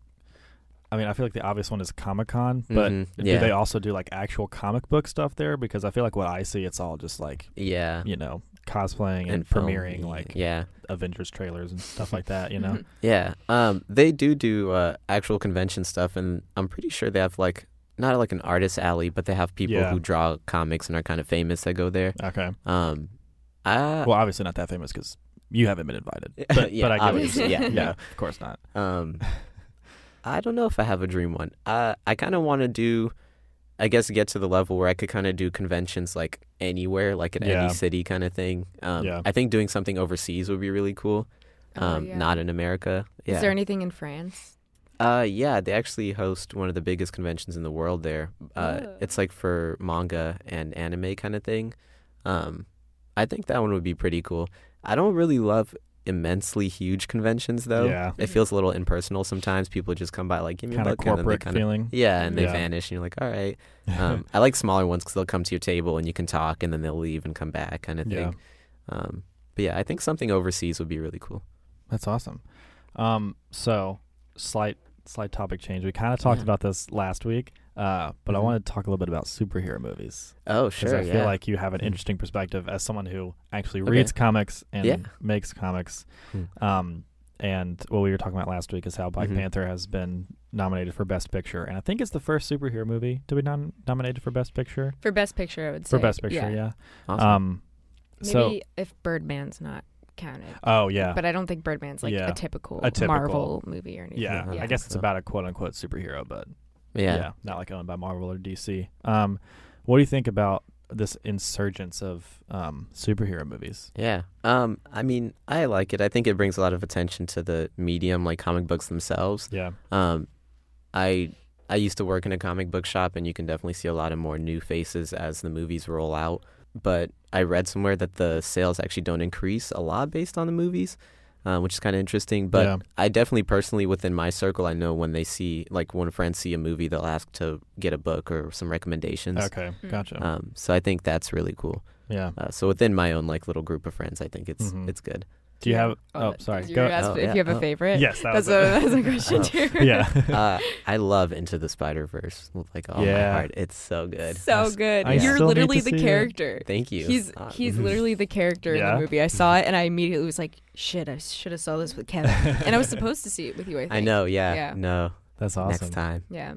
[SPEAKER 1] I mean, I feel like the obvious one is Comic Con, but
[SPEAKER 3] Mhm,
[SPEAKER 1] do
[SPEAKER 3] yeah.
[SPEAKER 1] they also do like actual comic book stuff there? Because I feel like what I see, it's all just like
[SPEAKER 3] Yeah.
[SPEAKER 1] you know cosplaying and,
[SPEAKER 3] film,
[SPEAKER 1] premiering
[SPEAKER 3] yeah,
[SPEAKER 1] like
[SPEAKER 3] yeah, Mm-hmm.
[SPEAKER 1] Avengers trailers and stuff like that. You know,
[SPEAKER 3] yeah. Um, they do do uh, actual convention stuff, and I'm pretty sure they have like not like an artist alley, but they have people
[SPEAKER 1] Yeah.
[SPEAKER 3] who draw comics and are kind of famous that go there.
[SPEAKER 1] okay.
[SPEAKER 3] Um, I,
[SPEAKER 1] Well, obviously not that famous because you haven't been invited. But,
[SPEAKER 3] yeah,
[SPEAKER 1] but I get what you
[SPEAKER 3] obviously, yeah,
[SPEAKER 1] yeah,
[SPEAKER 3] no.
[SPEAKER 1] of course not.
[SPEAKER 3] Um, I don't know if I have a dream one. I I kind of want to do, I guess, get to the level where I could kind of do conventions like anywhere, like in
[SPEAKER 1] Yeah.
[SPEAKER 3] any city kind of thing. Um,
[SPEAKER 1] Yeah.
[SPEAKER 3] I think doing something overseas would be really cool.
[SPEAKER 2] Oh,
[SPEAKER 3] um,
[SPEAKER 2] yeah.
[SPEAKER 3] not in America. Yeah.
[SPEAKER 2] Is there anything in France?
[SPEAKER 3] Uh, yeah, they actually host one of the biggest conventions in the world there. Uh,
[SPEAKER 2] Oh.
[SPEAKER 3] It's like for manga and anime kind of thing. Um, I think that one would be pretty cool. I don't really love immensely huge conventions though.
[SPEAKER 1] yeah,
[SPEAKER 3] It feels a little impersonal sometimes. People just come by like, give me
[SPEAKER 1] kind
[SPEAKER 3] a
[SPEAKER 1] of
[SPEAKER 3] book, and then they
[SPEAKER 1] corporate
[SPEAKER 3] kind of
[SPEAKER 1] feeling.
[SPEAKER 3] yeah, and they
[SPEAKER 1] Yeah.
[SPEAKER 3] vanish, and you're like, all right. Um, I like smaller ones because they'll come to your table and you can talk, and then they'll leave and come back, kind of thing.
[SPEAKER 1] yeah,
[SPEAKER 3] Um, but yeah, I think something overseas would be really cool.
[SPEAKER 1] that's awesome. Um, so slight slight topic change. We kind of talked
[SPEAKER 3] Yeah.
[SPEAKER 1] about this last week, uh, but I
[SPEAKER 3] Mhm.
[SPEAKER 1] wanted to talk a little bit about superhero movies
[SPEAKER 3] Oh,
[SPEAKER 1] because
[SPEAKER 3] sure.
[SPEAKER 1] I
[SPEAKER 3] yeah.
[SPEAKER 1] feel like you have an
[SPEAKER 3] Mhm.
[SPEAKER 1] interesting perspective as someone who actually
[SPEAKER 3] Okay.
[SPEAKER 1] reads comics and
[SPEAKER 3] Yeah.
[SPEAKER 1] makes comics.
[SPEAKER 3] Hmm.
[SPEAKER 1] Um, and what we were talking about last week is how Black
[SPEAKER 3] Mhm.
[SPEAKER 1] Panther has been nominated for Best Picture, and I think it's the first superhero movie to be nom- nominated for Best Picture.
[SPEAKER 2] For Best Picture, I would say.
[SPEAKER 1] For Best Picture, yeah.
[SPEAKER 3] awesome.
[SPEAKER 1] Um,
[SPEAKER 2] Maybe
[SPEAKER 1] so
[SPEAKER 2] if Birdman's not counted.
[SPEAKER 1] oh yeah,
[SPEAKER 2] But I don't think Birdman's like
[SPEAKER 1] Yeah.
[SPEAKER 2] a, typical
[SPEAKER 1] A typical-
[SPEAKER 2] Marvel movie or anything.
[SPEAKER 1] yeah.
[SPEAKER 3] Yeah.
[SPEAKER 1] I guess it's
[SPEAKER 3] So-
[SPEAKER 1] about a quote unquote superhero, but yeah.
[SPEAKER 3] yeah.
[SPEAKER 1] not like owned by Marvel or DC. Um, what do you think about this insurgence of um, superhero movies?
[SPEAKER 3] Yeah. Um, I mean, I like it. I think it brings a lot of attention to the medium, like comic books themselves.
[SPEAKER 1] Yeah,
[SPEAKER 3] Um, I I used to work in a comic book shop, and you can definitely see a lot of more new faces as the movies roll out. But I read somewhere that the sales actually don't increase a lot based on the movies, uh, which is kind of interesting. But
[SPEAKER 1] Yeah.
[SPEAKER 3] I definitely, personally, within my circle, I know when they see, like, when friends see a movie, they'll ask to get a book or some recommendations.
[SPEAKER 1] Okay,
[SPEAKER 2] Mm.
[SPEAKER 1] gotcha.
[SPEAKER 3] Um, so I think that's really cool.
[SPEAKER 1] yeah.
[SPEAKER 3] Uh, so within my own like little group of friends, I think it's
[SPEAKER 1] Mhm.
[SPEAKER 3] it's good.
[SPEAKER 1] Do you have? Oh,
[SPEAKER 2] that-
[SPEAKER 1] sorry.
[SPEAKER 2] you
[SPEAKER 1] Go.
[SPEAKER 2] were asked
[SPEAKER 3] Oh,
[SPEAKER 2] if
[SPEAKER 3] yeah.
[SPEAKER 2] you have a
[SPEAKER 3] Oh.
[SPEAKER 2] favorite.
[SPEAKER 1] Yes, that was
[SPEAKER 2] That's a,
[SPEAKER 1] it.
[SPEAKER 2] that's a question
[SPEAKER 3] Oh.
[SPEAKER 2] too.
[SPEAKER 1] yeah.
[SPEAKER 3] uh, I love Into the Spider Verse with like all
[SPEAKER 1] Yeah.
[SPEAKER 3] my heart. It's so good.
[SPEAKER 2] So good.
[SPEAKER 1] I
[SPEAKER 2] You're
[SPEAKER 1] still need to
[SPEAKER 2] literally the
[SPEAKER 1] see it.
[SPEAKER 2] character.
[SPEAKER 3] Thank you.
[SPEAKER 2] He's
[SPEAKER 3] Uh,
[SPEAKER 2] he's literally the character in
[SPEAKER 1] Yeah.
[SPEAKER 2] the movie. I saw it and I immediately was like, "Shit, I should have saw this with Kevin." and I was supposed to see it with you. I think.
[SPEAKER 3] I know. Yeah.
[SPEAKER 2] Yeah.
[SPEAKER 3] No.
[SPEAKER 1] That's awesome.
[SPEAKER 3] Next time.
[SPEAKER 2] Yeah.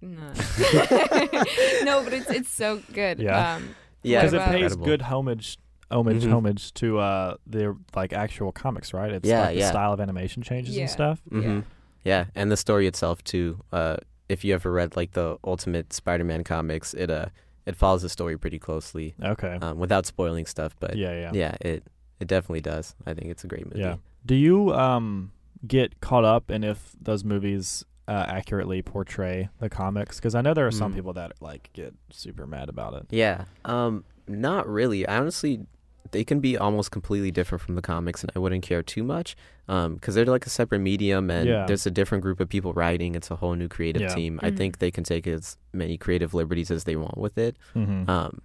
[SPEAKER 2] No. no, but it's it's so good.
[SPEAKER 1] Yeah.
[SPEAKER 2] Um,
[SPEAKER 3] Yeah.
[SPEAKER 1] because it
[SPEAKER 2] What about-
[SPEAKER 1] pays
[SPEAKER 3] Incredible.
[SPEAKER 1] good homage, homage,
[SPEAKER 3] Mhm.
[SPEAKER 1] homage to uh, their like actual comics, right? It's
[SPEAKER 3] Yeah,
[SPEAKER 1] like the
[SPEAKER 3] yeah.
[SPEAKER 1] style of animation changes
[SPEAKER 2] Yeah.
[SPEAKER 1] and stuff.
[SPEAKER 3] Mhm. Yeah. And the story itself too. Uh, if you ever read like the Ultimate Spider-Man comics, it uh it follows the story pretty closely,
[SPEAKER 1] Okay.
[SPEAKER 3] um, without spoiling stuff. But yeah.
[SPEAKER 1] yeah, yeah,
[SPEAKER 3] it it definitely does. I think it's a great movie.
[SPEAKER 1] Yeah. Do you um get caught up in if those movies uh, accurately portray the comics? Because I know there are some
[SPEAKER 3] Mm.
[SPEAKER 1] people that like get super mad about it.
[SPEAKER 3] Yeah. Um, not really. I honestly, they can be almost completely different from the comics, and I wouldn't care too much because they're like a separate medium, and
[SPEAKER 1] Yeah.
[SPEAKER 3] there's a different group of people writing. It's a whole new creative
[SPEAKER 1] Yeah.
[SPEAKER 3] team. I
[SPEAKER 2] Mhm.
[SPEAKER 3] think they can take as many creative liberties as they want with it,
[SPEAKER 1] Mm-hmm.
[SPEAKER 3] um,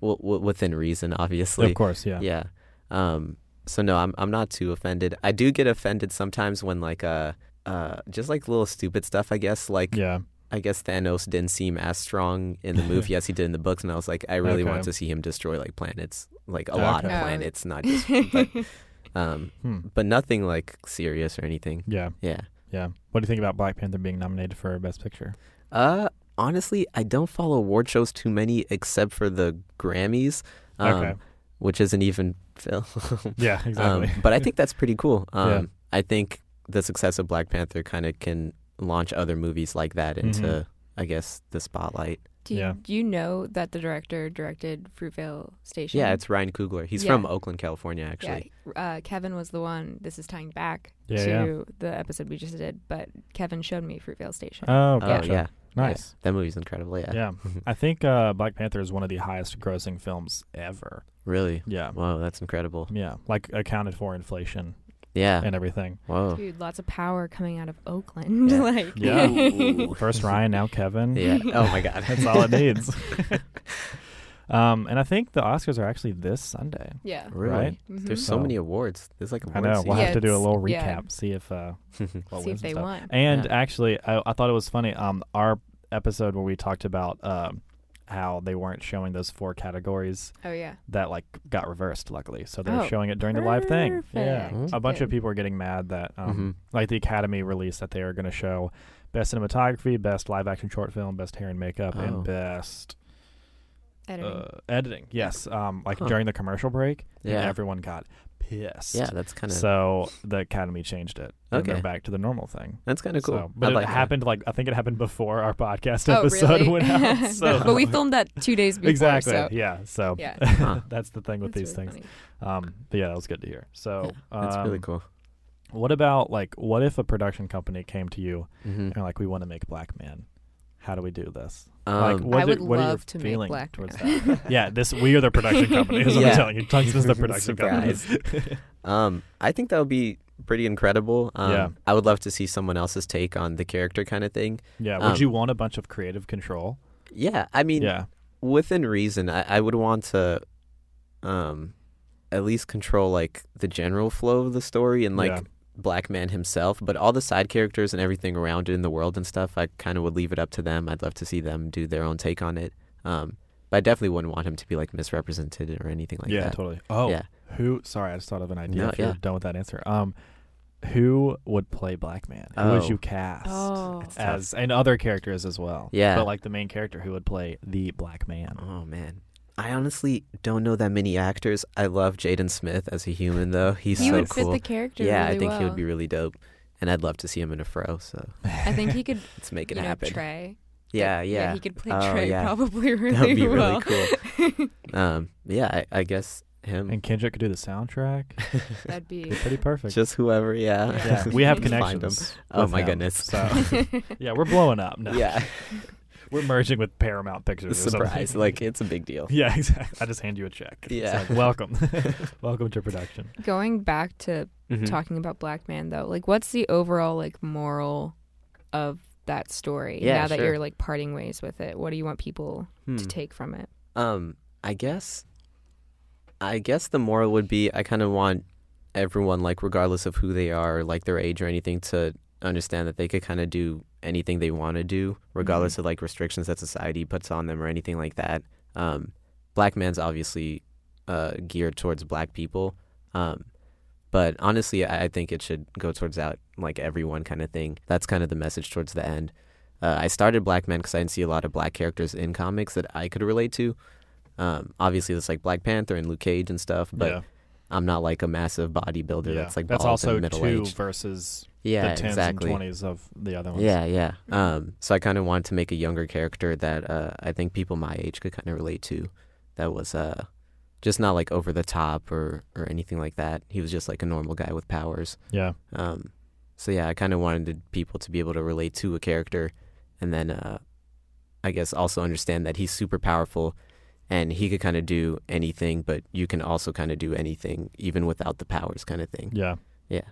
[SPEAKER 3] w- w- within reason, obviously.
[SPEAKER 1] of course, yeah.
[SPEAKER 3] Yeah. Um, so no, I'm I'm not too offended. I do get offended sometimes when like uh uh just like little stupid stuff, I guess. Like
[SPEAKER 1] Yeah.
[SPEAKER 3] I guess Thanos didn't seem as strong in the movie as he did in the books, and I was like, I really
[SPEAKER 1] Okay.
[SPEAKER 3] want to see him destroy like planets, like a lot of
[SPEAKER 1] Okay.
[SPEAKER 2] Oh.
[SPEAKER 3] planets, not just, but um,
[SPEAKER 1] Hmm.
[SPEAKER 3] but nothing like serious or anything.
[SPEAKER 1] Yeah.
[SPEAKER 3] Yeah.
[SPEAKER 1] Yeah. What do you think about Black Panther being nominated for Best Picture?
[SPEAKER 3] Uh, honestly, I don't follow award shows too many except for the Grammys, um,
[SPEAKER 1] okay.
[SPEAKER 3] which isn't even film.
[SPEAKER 1] Yeah. Exactly.
[SPEAKER 3] Um, but I think that's pretty cool. Um,
[SPEAKER 1] Yeah.
[SPEAKER 3] I think the success of Black Panther kind of can launch other movies like that into,
[SPEAKER 1] Mhm.
[SPEAKER 3] I guess, the spotlight.
[SPEAKER 2] do, you,
[SPEAKER 1] Yeah.
[SPEAKER 2] do you know that the director directed Fruitvale Station?
[SPEAKER 3] Yeah, it's Ryan Coogler. He's
[SPEAKER 2] Yeah.
[SPEAKER 3] from Oakland, California, actually.
[SPEAKER 2] Yeah, uh, Kevin was the one. This is tying back
[SPEAKER 1] Yeah,
[SPEAKER 2] to the episode we just did, but Kevin showed me Fruitvale Station.
[SPEAKER 1] oh,
[SPEAKER 3] Oh
[SPEAKER 1] gotcha.
[SPEAKER 3] yeah,
[SPEAKER 1] Nice.
[SPEAKER 3] that movie's incredible. Yeah,
[SPEAKER 1] Yeah. I think uh, Black Panther is one of the highest grossing films ever.
[SPEAKER 3] really.
[SPEAKER 1] Yeah.
[SPEAKER 3] Whoa, that's incredible.
[SPEAKER 1] Yeah. Like accounted for inflation
[SPEAKER 3] Yeah.
[SPEAKER 1] and everything.
[SPEAKER 3] Whoa.
[SPEAKER 2] Dude, lots of power coming out of Oakland.
[SPEAKER 3] Oh. Yeah.
[SPEAKER 2] like,
[SPEAKER 1] Yeah.
[SPEAKER 3] Ooh.
[SPEAKER 1] First Ryan, now Kevin.
[SPEAKER 3] Yeah. Oh my God.
[SPEAKER 1] That's all it needs. um, and I think the Oscars are actually this Sunday.
[SPEAKER 2] yeah.
[SPEAKER 3] Really?
[SPEAKER 1] Right?
[SPEAKER 2] Mhm.
[SPEAKER 3] There's so
[SPEAKER 1] So-
[SPEAKER 3] many awards. There's like
[SPEAKER 1] I
[SPEAKER 3] awards.
[SPEAKER 1] know. We'll
[SPEAKER 2] Yeah,
[SPEAKER 1] have to do a
[SPEAKER 2] it's-
[SPEAKER 1] little recap,
[SPEAKER 2] yeah.
[SPEAKER 1] see if uh, what
[SPEAKER 2] See
[SPEAKER 1] wins
[SPEAKER 2] if they
[SPEAKER 1] and stuff.
[SPEAKER 2] won.
[SPEAKER 1] And
[SPEAKER 3] Yeah.
[SPEAKER 1] actually, I, I thought it was funny. Um, our episode where we talked about um, how they weren't showing those four categories
[SPEAKER 2] Oh yeah.
[SPEAKER 1] that like got reversed. Luckily, so they're
[SPEAKER 2] Oh,
[SPEAKER 1] showing it during the live thing. Yeah,
[SPEAKER 3] perfect.
[SPEAKER 1] a bunch of
[SPEAKER 2] Good.
[SPEAKER 1] people are getting mad that um,
[SPEAKER 3] Mhm.
[SPEAKER 1] like the Academy released that they are going to show best cinematography, best live action short film, best hair and makeup,
[SPEAKER 3] Oh.
[SPEAKER 1] and best
[SPEAKER 2] Editing.
[SPEAKER 1] uh, editing. Yes, um, like
[SPEAKER 3] Huh.
[SPEAKER 1] during the commercial break, and
[SPEAKER 3] Yeah.
[SPEAKER 1] everyone got pissed.
[SPEAKER 3] Yeah, that's kind of
[SPEAKER 1] So the academy changed it. And they're
[SPEAKER 3] Okay.
[SPEAKER 1] back to the normal thing.
[SPEAKER 3] that's kind of cool.
[SPEAKER 1] So, but
[SPEAKER 3] I
[SPEAKER 1] it
[SPEAKER 3] like that.
[SPEAKER 1] happened like I think it happened before our podcast
[SPEAKER 2] oh,
[SPEAKER 1] episode
[SPEAKER 2] really?
[SPEAKER 1] went out. So
[SPEAKER 2] but we filmed that two days before.
[SPEAKER 1] exactly.
[SPEAKER 2] So.
[SPEAKER 1] Yeah. So
[SPEAKER 2] Yeah.
[SPEAKER 3] Huh.
[SPEAKER 1] that's the thing with
[SPEAKER 2] That's
[SPEAKER 1] these
[SPEAKER 2] really
[SPEAKER 1] things.
[SPEAKER 2] funny.
[SPEAKER 1] Um, but yeah, that was good to hear. So
[SPEAKER 3] That's really
[SPEAKER 1] um,
[SPEAKER 3] cool.
[SPEAKER 1] What about like what if a production company came to you
[SPEAKER 3] hmm
[SPEAKER 1] and were like we want to make Black Man? How do we do this? like
[SPEAKER 3] Um,
[SPEAKER 1] what
[SPEAKER 2] I
[SPEAKER 1] do-
[SPEAKER 2] would
[SPEAKER 1] what are your
[SPEAKER 2] love to make
[SPEAKER 1] feelings
[SPEAKER 2] Black
[SPEAKER 1] towards
[SPEAKER 2] Man.
[SPEAKER 1] that? yeah, this we are the production company. Is what
[SPEAKER 3] Yeah.
[SPEAKER 1] I'm telling you. Tungsten's the production company.
[SPEAKER 3] um, I think that would be pretty incredible. Um,
[SPEAKER 1] Yeah.
[SPEAKER 3] I would love to see someone else's take on the character kind of thing.
[SPEAKER 1] Yeah. Would
[SPEAKER 3] Um,
[SPEAKER 1] you want a bunch of creative control?
[SPEAKER 3] Yeah, I mean,
[SPEAKER 1] yeah.
[SPEAKER 3] within reason, I, I would want to, um, at least control like the general flow of the story and like
[SPEAKER 1] Yeah.
[SPEAKER 3] Black Man himself, but all the side characters and everything around it in the world and stuff, I kind of would leave it up to them. I'd love to see them do their own take on it. Um, but I definitely wouldn't want him to be like misrepresented or anything like
[SPEAKER 1] yeah.
[SPEAKER 3] that.
[SPEAKER 1] Totally. Oh.
[SPEAKER 3] Yeah.
[SPEAKER 1] Who? Sorry, I just thought of an idea.
[SPEAKER 3] No,
[SPEAKER 1] if you're
[SPEAKER 3] yeah.
[SPEAKER 1] done with that answer, um, who would play Black Man? Who
[SPEAKER 3] Oh.
[SPEAKER 1] would you cast?
[SPEAKER 2] Oh.
[SPEAKER 3] It's-
[SPEAKER 1] As and other characters as well.
[SPEAKER 3] Yeah.
[SPEAKER 1] But like the main character who would play the Black Man.
[SPEAKER 3] Oh man. I honestly don't know that many actors. I love Jaden Smith as a human though. He's
[SPEAKER 2] He
[SPEAKER 3] so
[SPEAKER 2] would fit
[SPEAKER 3] cool.
[SPEAKER 2] the character.
[SPEAKER 3] yeah,
[SPEAKER 2] really
[SPEAKER 3] I think
[SPEAKER 2] well.
[SPEAKER 3] he would be really dope. And I'd love to see him in a fro, so
[SPEAKER 2] I think he could.
[SPEAKER 3] let's make
[SPEAKER 2] you
[SPEAKER 3] it
[SPEAKER 2] know,
[SPEAKER 3] happen.
[SPEAKER 2] Trey.
[SPEAKER 3] Yeah, yeah.
[SPEAKER 2] He could play
[SPEAKER 3] Oh,
[SPEAKER 2] Trey
[SPEAKER 3] yeah.
[SPEAKER 2] probably really
[SPEAKER 3] That would be
[SPEAKER 2] well.
[SPEAKER 3] really cool. um, yeah, I, I guess him.
[SPEAKER 1] And Kendrick could do the soundtrack.
[SPEAKER 2] That'd be.
[SPEAKER 1] Be pretty perfect.
[SPEAKER 3] Just whoever, yeah.
[SPEAKER 1] yeah, we have
[SPEAKER 3] Just find him.
[SPEAKER 1] connections.
[SPEAKER 3] Oh
[SPEAKER 1] with
[SPEAKER 3] my
[SPEAKER 1] him,
[SPEAKER 3] goodness.
[SPEAKER 1] So yeah, we're blowing up. No,
[SPEAKER 3] Yeah.
[SPEAKER 1] we're merging with Paramount Pictures. or something.
[SPEAKER 3] Surprise. Like it's a big deal.
[SPEAKER 1] yeah, exactly. I just hand you a check. It's
[SPEAKER 3] Yeah.
[SPEAKER 1] like, welcome, welcome to production.
[SPEAKER 2] Going back to
[SPEAKER 3] Mm-hmm. Hmm.
[SPEAKER 2] talking about black man though like what's the overall like moral of that story
[SPEAKER 3] Yeah,
[SPEAKER 2] now that
[SPEAKER 3] sure. Hmm.
[SPEAKER 2] you're like parting ways with it what do you want people to take from it
[SPEAKER 3] Um, I guess, I guess the moral would be I kind of want everyone, like regardless of who they are, like their age or anything, to understand that they could kind of do anything they want to do, regardless of like restrictions that society puts on them or anything like that. Um, black man's obviously uh, geared towards black people, um, but honestly, I, I think it should go towards out like everyone kind of thing. That's kind of the message towards the end. Uh, I started Black Man because I didn't see a lot of black characters in comics that I could relate to. Um, obviously, there's like Black Panther and Luke Cage and stuff, but
[SPEAKER 1] yeah,
[SPEAKER 3] I'm not like a massive bodybuilder
[SPEAKER 1] yeah.
[SPEAKER 3] that's like
[SPEAKER 1] that's
[SPEAKER 3] bald
[SPEAKER 1] also
[SPEAKER 3] and middle
[SPEAKER 1] two
[SPEAKER 3] aged.
[SPEAKER 1] versus
[SPEAKER 3] Yeah,
[SPEAKER 1] the tens
[SPEAKER 3] exactly.
[SPEAKER 1] and twenties of the other ones.
[SPEAKER 3] Yeah, yeah. Um, so I kind of wanted to make a younger character that uh, I think people my age could kind of relate to. That was uh, just not like over the top or or anything like that. He was just like a normal guy with powers.
[SPEAKER 1] yeah,
[SPEAKER 3] Um, so yeah, I kind of wanted to- people to be able to relate to a character, and then uh, I guess also understand that he's super powerful, and he could kind of do anything, but you can also kind of do anything even without the powers, kind of thing.
[SPEAKER 1] yeah,
[SPEAKER 3] Yeah.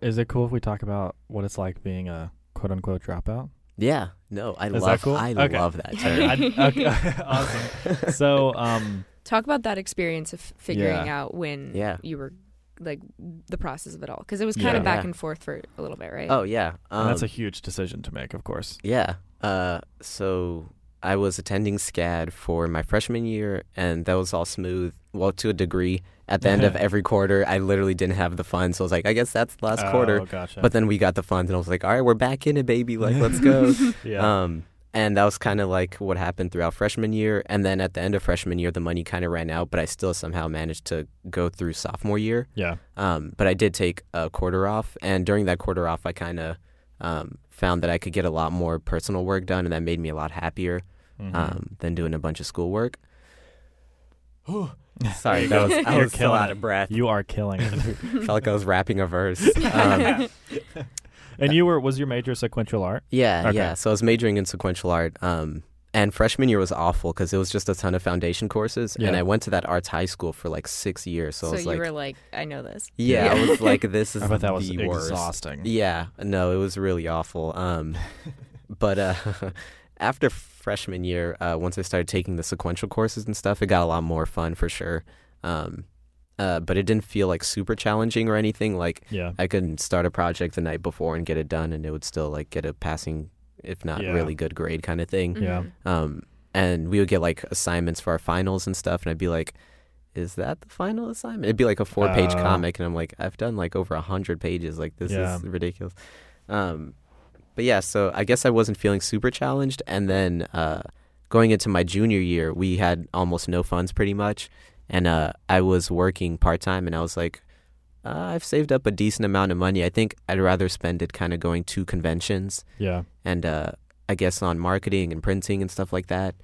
[SPEAKER 1] Is it cool if we talk about what it's like being a quote unquote dropout?
[SPEAKER 3] Yeah, no, I
[SPEAKER 1] Is that
[SPEAKER 3] love,
[SPEAKER 1] cool?
[SPEAKER 3] I
[SPEAKER 1] Okay.
[SPEAKER 3] love that
[SPEAKER 1] All
[SPEAKER 3] term.
[SPEAKER 1] right, I- okay, awesome. So, um,
[SPEAKER 2] talk about that experience of figuring out when
[SPEAKER 3] Yeah.
[SPEAKER 2] you were like the process of it all because it was kind
[SPEAKER 3] Yeah.
[SPEAKER 2] of back
[SPEAKER 3] Yeah.
[SPEAKER 2] and forth for a little bit right
[SPEAKER 3] oh yeah,
[SPEAKER 1] and
[SPEAKER 3] um,
[SPEAKER 1] that's a huge decision to make, of course.
[SPEAKER 3] Yeah. Uh, so I was attending SCAD for my freshman year, and that was all smooth. Well, to a degree. At the end of every quarter, I literally didn't have the funds, so I was like, I guess that's the last
[SPEAKER 1] oh,
[SPEAKER 3] quarter.
[SPEAKER 1] Gotcha.
[SPEAKER 3] But then we got the funds, and I was like, all right, we're back in it, baby. Like, let's go.
[SPEAKER 1] yeah,
[SPEAKER 3] Um, and that was kind of like what happened throughout freshman year. And then at the end of freshman year, the money kind of ran out, but I still somehow managed to go through sophomore year.
[SPEAKER 1] yeah,
[SPEAKER 3] Um, but I did take a quarter off, and during that quarter off, I kind of um, found that I could get a lot more personal work done, and that made me a lot happier
[SPEAKER 1] mhm.
[SPEAKER 3] um, than doing a bunch of schoolwork.
[SPEAKER 1] There
[SPEAKER 3] Sorry,
[SPEAKER 1] you
[SPEAKER 3] that
[SPEAKER 1] go.
[SPEAKER 3] was I
[SPEAKER 1] You're
[SPEAKER 3] was so
[SPEAKER 1] killing
[SPEAKER 3] out
[SPEAKER 1] it.
[SPEAKER 3] of breath.
[SPEAKER 1] you are killing it.
[SPEAKER 3] Felt like I was rapping a verse. Um,
[SPEAKER 1] and you were was your major sequential art?
[SPEAKER 3] yeah,
[SPEAKER 1] Okay.
[SPEAKER 3] yeah. So I was majoring in sequential art, um, and freshman year was awful because it was just a ton of foundation courses, and
[SPEAKER 1] Yeah.
[SPEAKER 3] I went to that arts high school for like six years. So,
[SPEAKER 2] so
[SPEAKER 3] I was
[SPEAKER 2] you
[SPEAKER 3] like,
[SPEAKER 2] were like i know this
[SPEAKER 3] yeah,
[SPEAKER 2] Yeah.
[SPEAKER 3] I was like, this is
[SPEAKER 1] I bet that was
[SPEAKER 3] the worst.
[SPEAKER 1] exhausting.
[SPEAKER 3] Yeah, no, it was really awful. Um, but uh, after freshman year, uh, once I started taking the sequential courses and stuff, it got a lot more fun for sure. Um, uh, but it didn't feel like super challenging or anything. Like
[SPEAKER 1] Yeah.
[SPEAKER 3] I could start a project the night before and get it done, and it would still like get a passing, if not
[SPEAKER 1] Yeah.
[SPEAKER 3] really good grade kind of thing.
[SPEAKER 1] Yeah.
[SPEAKER 2] Mhm.
[SPEAKER 3] Um, and we would get like assignments for our finals and stuff, and I'd be like. Is that the final assignment? It'd be like a four-page
[SPEAKER 1] Oh.
[SPEAKER 3] comic, and I'm like, I've done like over a hundred pages. Like this
[SPEAKER 1] Yeah.
[SPEAKER 3] is ridiculous. Um, but yeah, so I guess I wasn't feeling super challenged, and then uh, going into my junior year, we had almost no funds pretty much. And uh, I was working part time and I was like, uh, I've saved up a decent amount of money. I think I'd rather spend it kind of going to conventions
[SPEAKER 1] Yeah.
[SPEAKER 3] and uh, I guess on marketing and printing and stuff like that.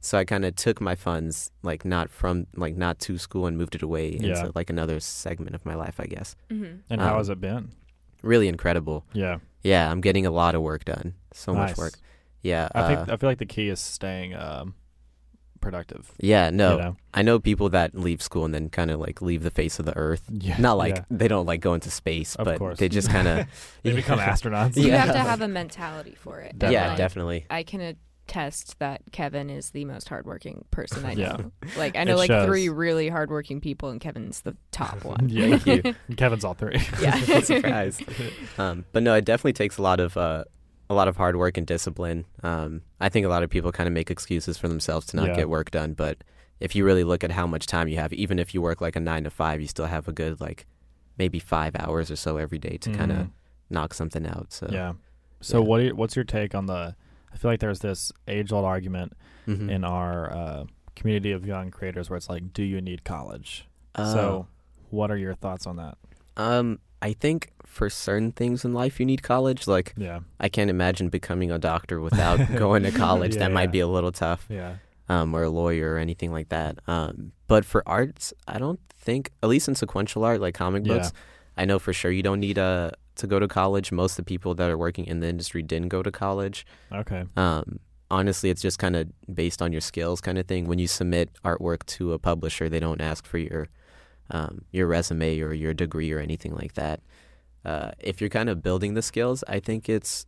[SPEAKER 3] So I kind of took my funds like not from like not to school and moved it away into
[SPEAKER 1] Yeah.
[SPEAKER 3] like another segment of my life, I guess.
[SPEAKER 2] Mm-hmm.
[SPEAKER 1] And how
[SPEAKER 3] Um,
[SPEAKER 1] has it been?
[SPEAKER 3] Really incredible.
[SPEAKER 1] Yeah.
[SPEAKER 3] Yeah, I'm getting a lot of work done. So
[SPEAKER 1] nice.
[SPEAKER 3] much work. Yeah.
[SPEAKER 1] I
[SPEAKER 3] uh,
[SPEAKER 1] think I feel like the key is staying um, productive.
[SPEAKER 3] yeah, no.
[SPEAKER 1] You know?
[SPEAKER 3] I know people that leave school and then kind of like leave the face of the earth.
[SPEAKER 1] Yeah.
[SPEAKER 3] Not like
[SPEAKER 1] yeah.
[SPEAKER 3] they don't like go into space,
[SPEAKER 1] Of
[SPEAKER 3] but
[SPEAKER 1] course.
[SPEAKER 3] they just kind of
[SPEAKER 1] they become astronauts.
[SPEAKER 2] You
[SPEAKER 3] Yeah.
[SPEAKER 2] have to have a mentality for it.
[SPEAKER 1] Definitely.
[SPEAKER 3] Yeah,
[SPEAKER 2] Like,
[SPEAKER 3] definitely.
[SPEAKER 2] I can attest that Kevin is the most hardworking person I
[SPEAKER 1] Yeah.
[SPEAKER 2] know. Like I know
[SPEAKER 1] It
[SPEAKER 2] like
[SPEAKER 1] shows.
[SPEAKER 2] three really hardworking people, and Kevin's the top one.
[SPEAKER 1] Yeah.
[SPEAKER 3] Thank you.
[SPEAKER 1] Kevin's all three.
[SPEAKER 2] Yeah.
[SPEAKER 3] Surprise. Um, but no, it definitely takes a lot of uh, a lot of hard work and discipline. Um, I think a lot of people kind of make excuses for themselves to not
[SPEAKER 1] Yeah.
[SPEAKER 3] get work done, but if you really look at how much time you have, even if you work like a nine to five, you still have a good like maybe five hours or so every day to kind of
[SPEAKER 1] Mhm.
[SPEAKER 3] knock something out. So
[SPEAKER 1] Yeah. So
[SPEAKER 3] yeah.
[SPEAKER 1] what? do you- what's your take on the? I feel like there's this age-old argument
[SPEAKER 3] Mhm.
[SPEAKER 1] in our uh, community of young creators where it's like, do you need college?
[SPEAKER 3] Uh,
[SPEAKER 1] so, what are your thoughts on that?
[SPEAKER 3] um, I think for certain things in life you need college. Like
[SPEAKER 1] Yeah.
[SPEAKER 3] I can't imagine becoming a doctor without going to college.
[SPEAKER 1] Yeah,
[SPEAKER 3] that might
[SPEAKER 1] yeah.
[SPEAKER 3] be a little tough.
[SPEAKER 1] Yeah.
[SPEAKER 3] um, or a lawyer or anything like that. Um, but for arts, I don't think, at least in sequential art, like comic
[SPEAKER 1] Yeah.
[SPEAKER 3] books, I know for sure you don't need uh, to go to college. Most of the people that are working in the industry didn't go to college.
[SPEAKER 1] Okay.
[SPEAKER 3] Um, honestly, it's just kind of based on your skills, kind of thing. When you submit artwork to a publisher, they don't ask for your um, your resume or your degree or anything like that. Uh, if you're kind of building the skills, I think it's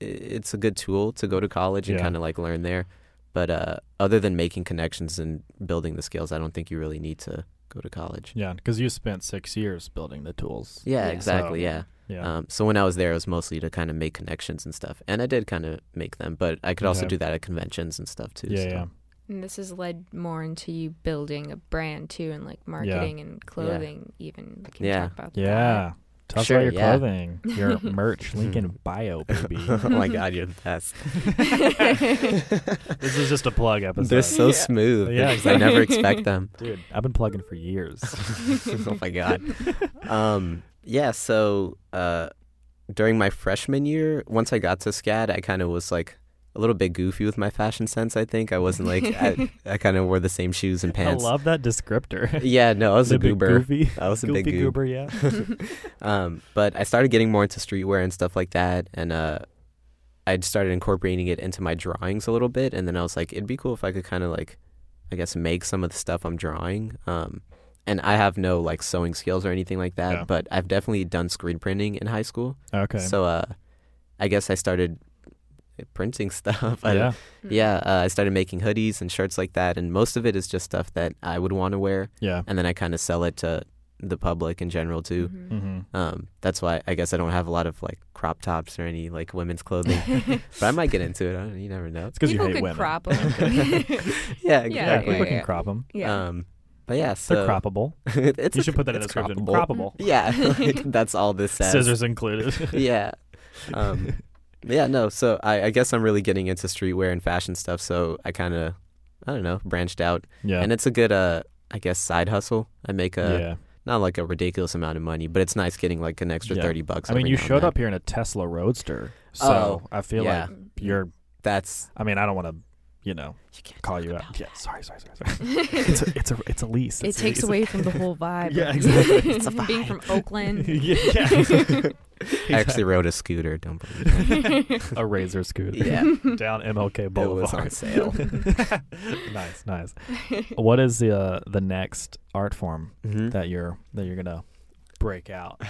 [SPEAKER 3] it's a good tool to go to college and
[SPEAKER 1] Yeah.
[SPEAKER 3] kind of like learn there. But uh, other than making connections and building the skills, I don't think you really need to go to college.
[SPEAKER 1] Yeah, because you spent six years building the tools.
[SPEAKER 3] Yeah,
[SPEAKER 2] Yeah.
[SPEAKER 3] exactly.
[SPEAKER 1] So-
[SPEAKER 3] yeah.
[SPEAKER 1] Yeah.
[SPEAKER 3] Um, so when I was there, it was mostly to kind of make connections and stuff, and I did kind of make them, but I could also
[SPEAKER 1] Okay.
[SPEAKER 3] do that at conventions and stuff too.
[SPEAKER 1] yeah.
[SPEAKER 3] so.
[SPEAKER 1] Yeah.
[SPEAKER 2] And this has led more into you building a brand too, and like marketing and clothing, even. Like, can you
[SPEAKER 3] Yeah.
[SPEAKER 2] talk about
[SPEAKER 1] Yeah. Tell us
[SPEAKER 3] Sure,
[SPEAKER 1] about your
[SPEAKER 3] yeah.
[SPEAKER 1] clothing, your merch, link in bio, baby.
[SPEAKER 3] oh my god, you're the best.
[SPEAKER 1] this is just a plug episode.
[SPEAKER 3] They're so
[SPEAKER 2] Yeah.
[SPEAKER 3] smooth.
[SPEAKER 1] Yeah,
[SPEAKER 3] because I never expect them.
[SPEAKER 1] Dude, I've been plugging for years.
[SPEAKER 3] oh my god. Um, yeah. So uh, during my freshman year, once I got to SCAD, I kind of was like a little bit goofy with my fashion sense. I think I wasn't like I,
[SPEAKER 2] Hmm.
[SPEAKER 3] I kind of wore the same shoes and pants.
[SPEAKER 1] I love that descriptor.
[SPEAKER 3] yeah, no, I was a
[SPEAKER 1] The big
[SPEAKER 3] goober.
[SPEAKER 1] Goofy.
[SPEAKER 3] I was a
[SPEAKER 1] Goofy
[SPEAKER 3] big goob.
[SPEAKER 1] goober, yeah.
[SPEAKER 3] um, but I started getting more into streetwear and stuff like that, and uh, I started incorporating it into my drawings a little bit. And then I was like, it'd be cool if I could kind of like, I guess, make some of the stuff I'm drawing. Um, and I have no like sewing skills or anything like that,
[SPEAKER 1] Yeah.
[SPEAKER 3] but I've definitely done screen printing in high school.
[SPEAKER 1] Okay.
[SPEAKER 3] So uh, I guess I started printing stuff. I-
[SPEAKER 1] yeah.
[SPEAKER 3] yeah. Uh, I started making hoodies and shirts like that, and most of it is just stuff that I would want to wear,
[SPEAKER 1] Yeah.
[SPEAKER 3] and then I kind of sell it to the public in general too.
[SPEAKER 1] Mm-hmm.
[SPEAKER 3] Um, that's why I guess I don't have a lot of like crop tops or any like women's clothing, but I might get into it. I don't, you never know.
[SPEAKER 1] It's because you
[SPEAKER 2] People
[SPEAKER 1] hate
[SPEAKER 2] could
[SPEAKER 1] women.
[SPEAKER 2] crop 'em.
[SPEAKER 1] Yeah,
[SPEAKER 3] Yeah, exactly.
[SPEAKER 1] people can
[SPEAKER 2] yeah.
[SPEAKER 1] crop them.
[SPEAKER 2] yeah.
[SPEAKER 3] Um, but yeah, so
[SPEAKER 1] They're croppable.
[SPEAKER 3] it's
[SPEAKER 1] you
[SPEAKER 3] a-
[SPEAKER 1] should put that in the
[SPEAKER 3] it's
[SPEAKER 1] description. Croppable.
[SPEAKER 3] croppable. Yeah, like, that's all this says.
[SPEAKER 1] Scissors included.
[SPEAKER 3] Yeah. Um, yeah. No. So I, I guess I'm really getting into streetwear and fashion stuff. So I kind of, I don't know, branched out,
[SPEAKER 1] yeah.
[SPEAKER 3] and it's a good, uh, I guess, side hustle. I make a
[SPEAKER 1] yeah.
[SPEAKER 3] not like a ridiculous amount of money, but it's nice getting like an extra
[SPEAKER 1] Yeah.
[SPEAKER 3] thirty bucks.
[SPEAKER 1] I mean,
[SPEAKER 3] every
[SPEAKER 1] you
[SPEAKER 3] now and
[SPEAKER 1] showed
[SPEAKER 3] then.
[SPEAKER 1] up here in a Tesla Roadster, so I feel
[SPEAKER 3] Oh, yeah.
[SPEAKER 1] like you're.
[SPEAKER 3] That's
[SPEAKER 1] I mean, I don't want to, you know,
[SPEAKER 3] Mm-hmm. You can't
[SPEAKER 1] call
[SPEAKER 3] talk
[SPEAKER 1] you out.
[SPEAKER 3] about
[SPEAKER 1] Yeah, sorry, sorry, sorry, sorry. it's a, it's a, it's a lease.
[SPEAKER 2] it
[SPEAKER 1] It's a
[SPEAKER 2] takes
[SPEAKER 1] lease.
[SPEAKER 2] away from the whole vibe.
[SPEAKER 1] Yeah,
[SPEAKER 2] of
[SPEAKER 1] exactly. It's a
[SPEAKER 2] Being
[SPEAKER 1] vibe.
[SPEAKER 2] from Oakland.
[SPEAKER 1] yeah, yeah.
[SPEAKER 3] I actually rode a scooter. Don't believe me.
[SPEAKER 1] a razor scooter.
[SPEAKER 3] Yeah,
[SPEAKER 1] Down MLK
[SPEAKER 3] it was
[SPEAKER 1] Boulevard.
[SPEAKER 3] on sale.
[SPEAKER 1] nice, nice. What is the uh, the next art form
[SPEAKER 3] Mhm.
[SPEAKER 1] that you're that you're gonna break out,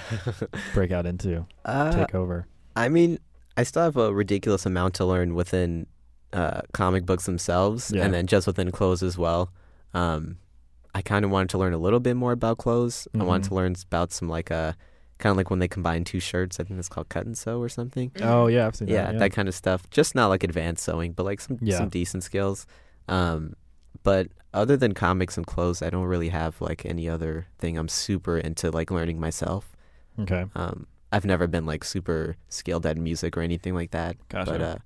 [SPEAKER 1] break out into,
[SPEAKER 3] Uh,
[SPEAKER 1] take over?
[SPEAKER 3] I mean, I still have a ridiculous amount to learn within uh, comic books themselves,
[SPEAKER 1] Yeah.
[SPEAKER 3] and then just within clothes as well. Um, I kind of wanted to learn a little bit more about clothes. I wanted
[SPEAKER 1] Mhm.
[SPEAKER 3] to learn s- about some like uh, kind of like when they combine two shirts. I think it's called cut and sew or something.
[SPEAKER 1] Oh yeah, I've seen
[SPEAKER 3] mm. yeah,
[SPEAKER 1] that. Yeah,
[SPEAKER 3] that kind of stuff. Just not like advanced sewing, but like some
[SPEAKER 1] Yeah.
[SPEAKER 3] some decent skills. Um, but other than comics and clothes, I don't really have like any other thing. I'm super into like learning myself.
[SPEAKER 1] okay,
[SPEAKER 3] Um, I've never been like super skilled at music or anything like that.
[SPEAKER 1] gotcha.
[SPEAKER 3] But uh,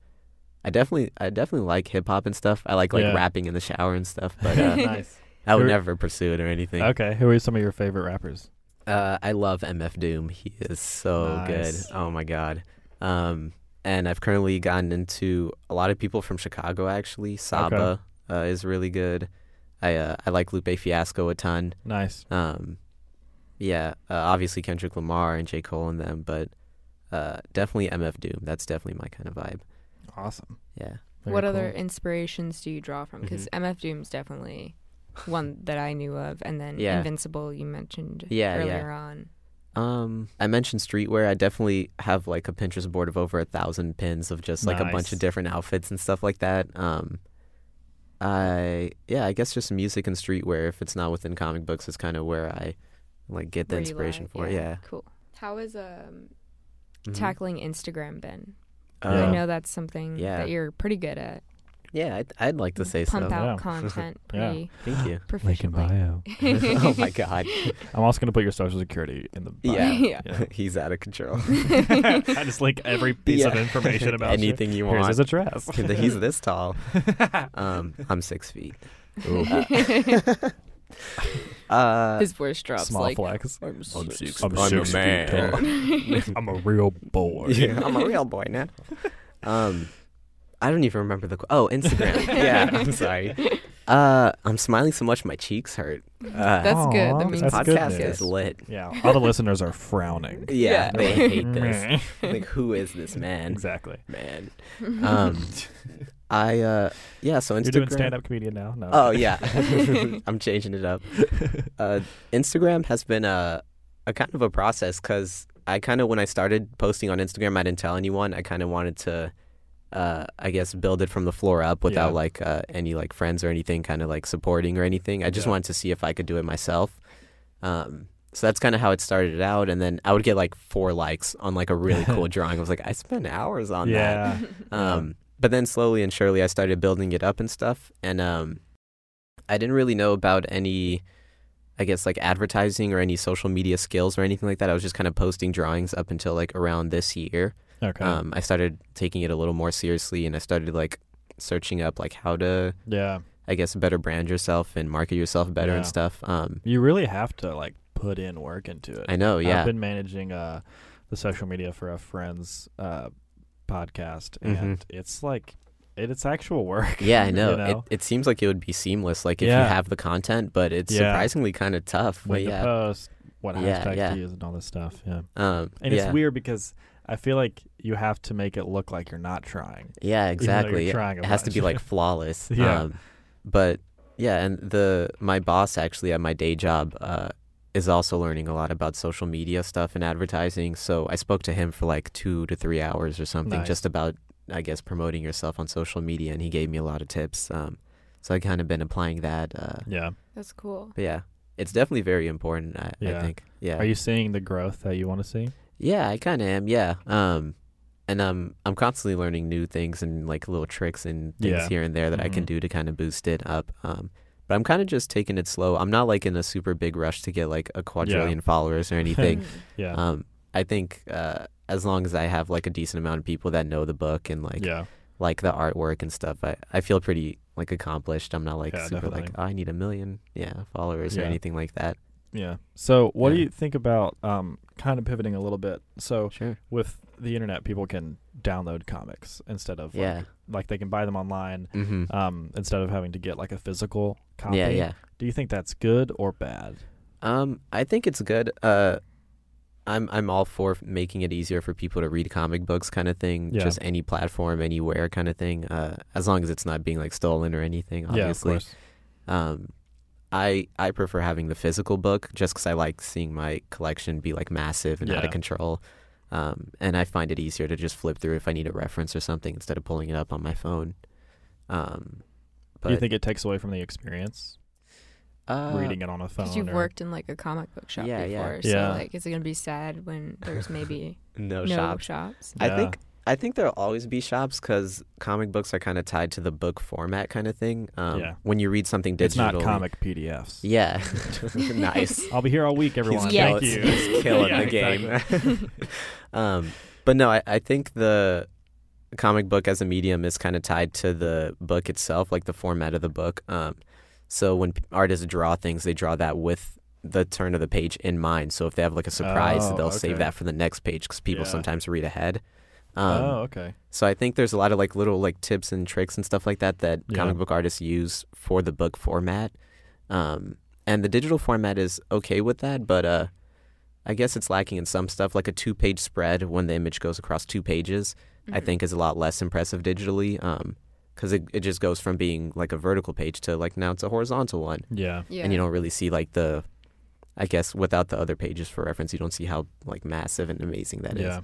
[SPEAKER 3] I definitely I definitely like hip hop and stuff. I like like
[SPEAKER 1] Yeah.
[SPEAKER 3] rapping in the shower and stuff, but uh,
[SPEAKER 1] nice.
[SPEAKER 3] I would
[SPEAKER 1] You're-
[SPEAKER 3] never pursue it or anything.
[SPEAKER 1] Okay, who are some of your favorite rappers?
[SPEAKER 3] Uh, I love MF Doom. He is so
[SPEAKER 1] Nice.
[SPEAKER 3] good. Oh my god. Um, and I've currently gotten into a lot of people from Chicago. Actually, Saba uh, is really good. I uh, I like Lupe Fiasco a ton.
[SPEAKER 1] Nice.
[SPEAKER 3] Um, yeah, uh, obviously Kendrick Lamar and J Cole and them, but uh, definitely MF Doom. That's definitely my kind of vibe.
[SPEAKER 1] Awesome.
[SPEAKER 3] Yeah.
[SPEAKER 1] Very
[SPEAKER 2] what
[SPEAKER 1] cool.
[SPEAKER 2] other inspirations do you draw
[SPEAKER 3] Mm-hmm.
[SPEAKER 2] from? Because MF Doom's definitely one that I knew of, and then
[SPEAKER 3] Yeah.
[SPEAKER 2] Invincible you mentioned
[SPEAKER 3] Yeah, yeah.
[SPEAKER 2] earlier on.
[SPEAKER 3] Um, I mentioned streetwear. I definitely have like a Pinterest board of over a thousand pins of just like a bunch
[SPEAKER 1] Nice.
[SPEAKER 3] of different outfits and stuff like that. Um, I yeah, I guess just music and streetwear. If it's not within comic books, is kind of where I like get the
[SPEAKER 2] where you
[SPEAKER 3] inspiration
[SPEAKER 2] lie.
[SPEAKER 3] for. it. Yeah,
[SPEAKER 2] cool. How is um,
[SPEAKER 3] Mhm.
[SPEAKER 2] tackling Instagram been?
[SPEAKER 1] Yeah.
[SPEAKER 2] I know that's something
[SPEAKER 3] Uh, Yeah.
[SPEAKER 2] that you're pretty good at.
[SPEAKER 3] Um, yeah, I'd, I'd like to say
[SPEAKER 2] Pump
[SPEAKER 3] so.
[SPEAKER 1] Yeah.
[SPEAKER 2] out content
[SPEAKER 1] Yeah.
[SPEAKER 2] pretty
[SPEAKER 3] Thank you.
[SPEAKER 1] Link in
[SPEAKER 2] proficiently.
[SPEAKER 1] bio.
[SPEAKER 3] oh my god,
[SPEAKER 1] I'm also gonna put your social security in the bio.
[SPEAKER 3] Yeah.
[SPEAKER 2] Yeah.
[SPEAKER 3] he's out of control.
[SPEAKER 1] I just link every piece of
[SPEAKER 3] Yeah.
[SPEAKER 1] information about you.
[SPEAKER 3] anything you
[SPEAKER 1] Here's
[SPEAKER 3] want.
[SPEAKER 1] his address.
[SPEAKER 3] he's this tall. Um, uh, I'm six feet. Uh,
[SPEAKER 2] His voice drops
[SPEAKER 1] Small
[SPEAKER 2] like
[SPEAKER 1] flex.
[SPEAKER 2] I'm
[SPEAKER 1] six-
[SPEAKER 2] six.
[SPEAKER 1] I'm six feet tall. I'm a real boy.
[SPEAKER 3] Yeah, I'm a real boy now. Um, I don't even remember the. qu- Oh, Instagram. yeah, I'm sorry. Uh, I'm smiling so much my cheeks hurt. Uh,
[SPEAKER 2] That's good.
[SPEAKER 1] Aw,
[SPEAKER 2] That means
[SPEAKER 1] that's good
[SPEAKER 3] podcast
[SPEAKER 1] news.
[SPEAKER 3] is lit.
[SPEAKER 1] Yeah, all the listeners are frowning.
[SPEAKER 3] Yeah,
[SPEAKER 2] Yeah.
[SPEAKER 3] they hate this.
[SPEAKER 1] Meh.
[SPEAKER 3] like, who is this man?
[SPEAKER 1] exactly.
[SPEAKER 3] Man. Um, I uh, yeah. So Instagram.
[SPEAKER 1] You're doing stand-up comedian now. No.
[SPEAKER 3] Oh yeah, I'm changing it up. Uh, Instagram has been a, a kind of a process because I kind of when I started posting on Instagram, I didn't tell anyone. I kind of wanted to, uh, I guess, build it from the floor up without
[SPEAKER 1] Yeah.
[SPEAKER 3] like uh, any like friends or anything, kind of like supporting or anything. I just
[SPEAKER 1] Yeah.
[SPEAKER 3] wanted to see if I could do it myself. Um, so that's kind of how it started out, and then I would get like four likes on like a really cool drawing. I was like, I spent hours on that.
[SPEAKER 1] yeah.
[SPEAKER 3] Um, but then slowly and surely, I started building it up and stuff. And um, I didn't really know about any, I guess, like advertising or any social media skills or anything like that. I was just kind of posting drawings up until like around this year.
[SPEAKER 1] Okay.
[SPEAKER 3] Um, I started taking it a little more seriously and I started like searching up like how to,
[SPEAKER 1] yeah.
[SPEAKER 3] I guess, better brand yourself and market yourself better
[SPEAKER 1] Yeah.
[SPEAKER 3] and stuff. Um,
[SPEAKER 1] You really have to like put in work into it.
[SPEAKER 3] I know, yeah.
[SPEAKER 1] I've been managing uh, the social media for a friend's uh, podcast,
[SPEAKER 3] Mhm.
[SPEAKER 1] and it's like it, it's actual work.
[SPEAKER 3] yeah, I
[SPEAKER 1] you
[SPEAKER 3] know.
[SPEAKER 1] know?
[SPEAKER 3] It, it seems like it would be seamless, like if
[SPEAKER 1] Yeah.
[SPEAKER 3] you have the content, but it's
[SPEAKER 1] Yeah.
[SPEAKER 3] surprisingly kind of tough. But
[SPEAKER 1] When to
[SPEAKER 3] yeah,
[SPEAKER 1] post, what
[SPEAKER 3] Yeah,
[SPEAKER 1] hashtag
[SPEAKER 3] yeah.
[SPEAKER 1] to use, and all this stuff. Yeah,
[SPEAKER 3] um,
[SPEAKER 1] and
[SPEAKER 3] yeah.
[SPEAKER 1] it's weird because I feel like you have to make it look like you're not trying.
[SPEAKER 3] Yeah,
[SPEAKER 1] even though
[SPEAKER 3] exactly.
[SPEAKER 1] You're trying a
[SPEAKER 3] it has to
[SPEAKER 1] bunch.
[SPEAKER 3] be like flawless.
[SPEAKER 1] Yeah.
[SPEAKER 3] Um, but yeah, and the my boss actually at my day job uh, is also learning a lot about social media stuff and advertising. So I spoke to him for like two to three hours or something,
[SPEAKER 1] Nice.
[SPEAKER 3] just about I guess promoting yourself on social media, and he gave me a lot of tips. Um, so I kind of been applying that. Uh,
[SPEAKER 1] yeah.
[SPEAKER 2] That's cool.
[SPEAKER 3] but yeah, it's definitely very important. I,
[SPEAKER 1] Yeah.
[SPEAKER 3] I think. Yeah.
[SPEAKER 1] Are you seeing the growth that you want to see?
[SPEAKER 3] Yeah, I kind of am. Yeah. Um, and um, I'm constantly learning new things and like little tricks and things
[SPEAKER 1] Yeah.
[SPEAKER 3] here and there that I can
[SPEAKER 1] Mhm.
[SPEAKER 3] do to kind of boost it up. Um, but I'm kind of just taking it slow. I'm not like in a super big rush to get like a quadrillion followers or anything.
[SPEAKER 1] Yeah.
[SPEAKER 3] um, I think uh, as long as I have like a decent amount of people that know the book and like
[SPEAKER 1] yeah.
[SPEAKER 3] like the artwork and stuff, I, I feel pretty like accomplished. I'm not like
[SPEAKER 1] Yeah,
[SPEAKER 3] super like
[SPEAKER 1] definitely.
[SPEAKER 3] oh, I need a million yeah followers or
[SPEAKER 1] Yeah.
[SPEAKER 3] anything like that.
[SPEAKER 1] Yeah. So, what do
[SPEAKER 3] Yeah.
[SPEAKER 1] you think about um, kind of pivoting a little bit? So,
[SPEAKER 3] Sure.
[SPEAKER 1] with the internet, people can download comics instead of like,
[SPEAKER 3] Yeah.
[SPEAKER 1] like they can buy them online
[SPEAKER 3] hmm
[SPEAKER 1] um, instead of having to get like a physical copy.
[SPEAKER 3] Yeah. Yeah.
[SPEAKER 1] Do you think that's good or bad?
[SPEAKER 3] Um, I think it's good. Uh, I'm I'm all for making it easier for people to read comic books, kind of thing.
[SPEAKER 1] Yeah.
[SPEAKER 3] Just any platform, anywhere, kind of thing. Uh, as long as it's not being like stolen or anything,
[SPEAKER 1] Yeah, of
[SPEAKER 3] obviously.
[SPEAKER 1] course.
[SPEAKER 3] Um, I I prefer having the physical book just because I like seeing my collection be like massive and out
[SPEAKER 1] Yeah.
[SPEAKER 3] of control. Um, and I find it easier to just flip through if I need a reference or something instead of pulling it up on my phone. Um, but
[SPEAKER 1] do you think it takes away from the experience
[SPEAKER 3] uh,
[SPEAKER 1] reading it on a phone?
[SPEAKER 2] Because you've
[SPEAKER 1] or-
[SPEAKER 2] worked in like a comic book shop
[SPEAKER 3] Yeah, yeah.
[SPEAKER 2] before,
[SPEAKER 1] Yeah.
[SPEAKER 2] so like, is it gonna be sad when there's maybe
[SPEAKER 3] no,
[SPEAKER 2] no
[SPEAKER 3] shop
[SPEAKER 2] shops?
[SPEAKER 3] I
[SPEAKER 1] Yeah.
[SPEAKER 3] think I think there'll always be shops because comic books are kind of tied to the book format kind of thing. Um,
[SPEAKER 1] Yeah.
[SPEAKER 3] When you read something digitally,
[SPEAKER 1] it's not comic PDFs.
[SPEAKER 3] Yeah, nice.
[SPEAKER 1] I'll be here all week, everyone.
[SPEAKER 3] He's
[SPEAKER 2] Yeah.
[SPEAKER 1] Thank
[SPEAKER 3] killing,
[SPEAKER 1] you.
[SPEAKER 3] he's killing
[SPEAKER 1] Yeah,
[SPEAKER 3] the game.
[SPEAKER 1] exactly.
[SPEAKER 3] um, but no, I, I think the comic book as a medium is kind of tied to the book itself, like the format of the book. Um, so when p- artists draw things, they draw that with the turn of the page in mind. So if they have like a surprise,
[SPEAKER 1] Oh,
[SPEAKER 3] they'll save
[SPEAKER 1] okay.
[SPEAKER 3] that for the next page because people
[SPEAKER 1] Yeah.
[SPEAKER 3] sometimes read ahead. Um,
[SPEAKER 1] oh, okay.
[SPEAKER 3] So I think there's a lot of like little like tips and tricks and stuff like that that
[SPEAKER 1] Yeah.
[SPEAKER 3] comic book artists use for the book format. Um, and the digital format is okay with that, but uh, I guess it's lacking in some stuff. Like a two page spread when the image goes across two pages, I
[SPEAKER 2] Mhm.
[SPEAKER 3] think is a lot less impressive digitally because it, it just goes from being like a vertical page to like now it's a horizontal one.
[SPEAKER 1] Yeah.
[SPEAKER 2] Yeah.
[SPEAKER 3] And you don't really see like the, I guess without the other pages for reference, you don't see how like massive and amazing that is.
[SPEAKER 1] yeah.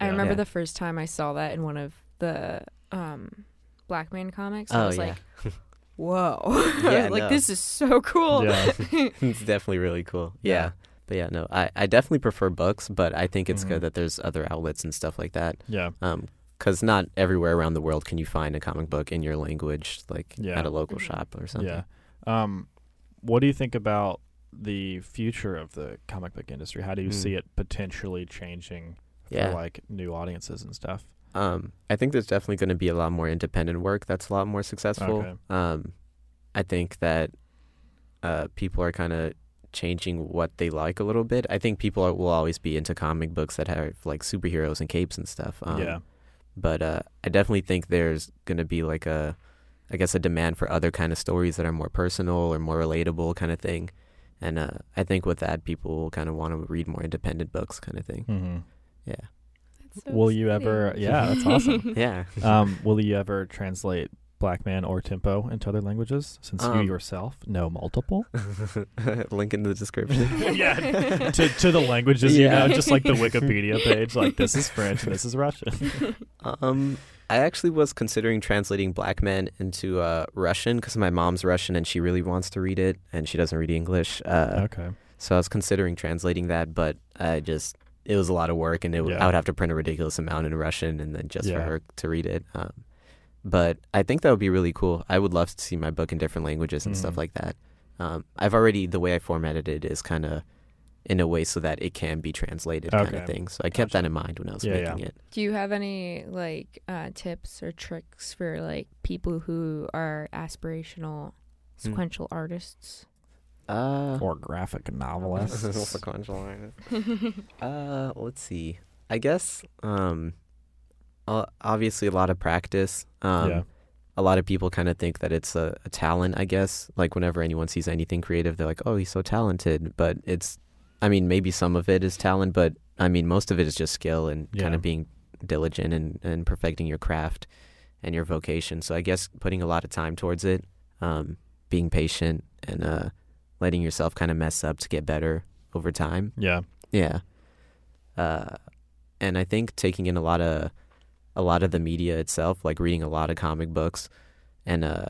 [SPEAKER 2] I
[SPEAKER 1] Yeah.
[SPEAKER 2] remember
[SPEAKER 3] Yeah.
[SPEAKER 2] the first time I saw that in one of the um, Black Man comics. I
[SPEAKER 3] Oh,
[SPEAKER 2] was
[SPEAKER 3] yeah.
[SPEAKER 2] like, whoa. I
[SPEAKER 3] Yeah,
[SPEAKER 2] was like,
[SPEAKER 3] no.
[SPEAKER 2] this is so cool.
[SPEAKER 1] Yeah.
[SPEAKER 3] it's definitely really cool.
[SPEAKER 1] Yeah.
[SPEAKER 3] Yeah. But yeah, no, I, I definitely prefer books, but I think it's
[SPEAKER 1] Mhm.
[SPEAKER 3] good that there's other outlets and stuff like that.
[SPEAKER 1] Yeah.
[SPEAKER 3] Because not everywhere around the world can you find a comic book in your language, like
[SPEAKER 1] Yeah.
[SPEAKER 3] at a local
[SPEAKER 2] Mhm.
[SPEAKER 3] shop or something.
[SPEAKER 1] Yeah. Um, what do you think about the future of the comic book industry? How do you
[SPEAKER 3] Hmm.
[SPEAKER 1] see it potentially changing for
[SPEAKER 3] Yeah.
[SPEAKER 1] like new audiences and stuff?
[SPEAKER 3] Um, I think there's definitely going to be a lot more independent work that's a lot more successful.
[SPEAKER 1] Okay.
[SPEAKER 3] Um, I think that uh, people are kind of changing what they like a little bit. I think people are, will always be into comic books that have like superheroes and capes and stuff. Um,
[SPEAKER 1] yeah.
[SPEAKER 3] but uh, I definitely think there's going to be like a, I guess a demand for other kind of stories that are more personal or more relatable kind of thing, and uh, I think with that people will kind of want to read more independent books kind of thing.
[SPEAKER 1] Mm-hmm.
[SPEAKER 2] That's so
[SPEAKER 1] will you ever?
[SPEAKER 2] exciting.
[SPEAKER 1] Yeah, that's awesome.
[SPEAKER 2] Hmm.
[SPEAKER 3] yeah,
[SPEAKER 1] um, will you ever translate Black Man or Tempo into other languages? Since you
[SPEAKER 3] Um,
[SPEAKER 1] yourself know multiple.
[SPEAKER 3] link in the description.
[SPEAKER 1] yeah. To to the languages
[SPEAKER 3] Yeah.
[SPEAKER 1] you know, just like the Wikipedia page. Like this is French, and this is Russian.
[SPEAKER 3] Um, I actually was considering translating Black Men into uh, Russian because my mom's Russian and she really wants to read it and she doesn't read English. Uh,
[SPEAKER 1] Okay.
[SPEAKER 3] So I was considering translating that, but I just it was a lot of work, and it,
[SPEAKER 1] Yeah.
[SPEAKER 3] I would have to print a ridiculous amount in Russian, and then just for
[SPEAKER 1] Yeah.
[SPEAKER 3] her to read it. Um, but I think that would be really cool. I would love to see my book in different languages and
[SPEAKER 1] Mhm.
[SPEAKER 3] stuff like that. Um, I've already the way I formatted it is kind of in a way so that it can be translated, kind
[SPEAKER 1] Okay.
[SPEAKER 3] of thing. So I kept that in mind when I was
[SPEAKER 1] Yeah, yeah.
[SPEAKER 3] making it.
[SPEAKER 2] Do you have any like uh, tips or tricks for like people who are aspirational
[SPEAKER 3] Hmm.
[SPEAKER 2] sequential artists?
[SPEAKER 3] Uh,
[SPEAKER 1] Or graphic novelists.
[SPEAKER 3] Uh, let's see. I guess um, o- obviously a lot of practice. Um,
[SPEAKER 1] yeah.
[SPEAKER 3] a lot of people kind of think that it's a, a talent, I guess. Like whenever anyone sees anything creative, they're like, "Oh, he's so talented." But it's, I mean, maybe some of it is talent, but I mean, most of it is just skill and kind
[SPEAKER 1] Yeah.
[SPEAKER 3] of being diligent and, and perfecting your craft and your vocation. So I guess putting a lot of time towards it, um, being patient, and uh, letting yourself kind of mess up to get better over time.
[SPEAKER 1] Yeah.
[SPEAKER 3] Yeah. Uh, and I think taking in a lot of a lot of the media itself, like reading a lot of comic books and uh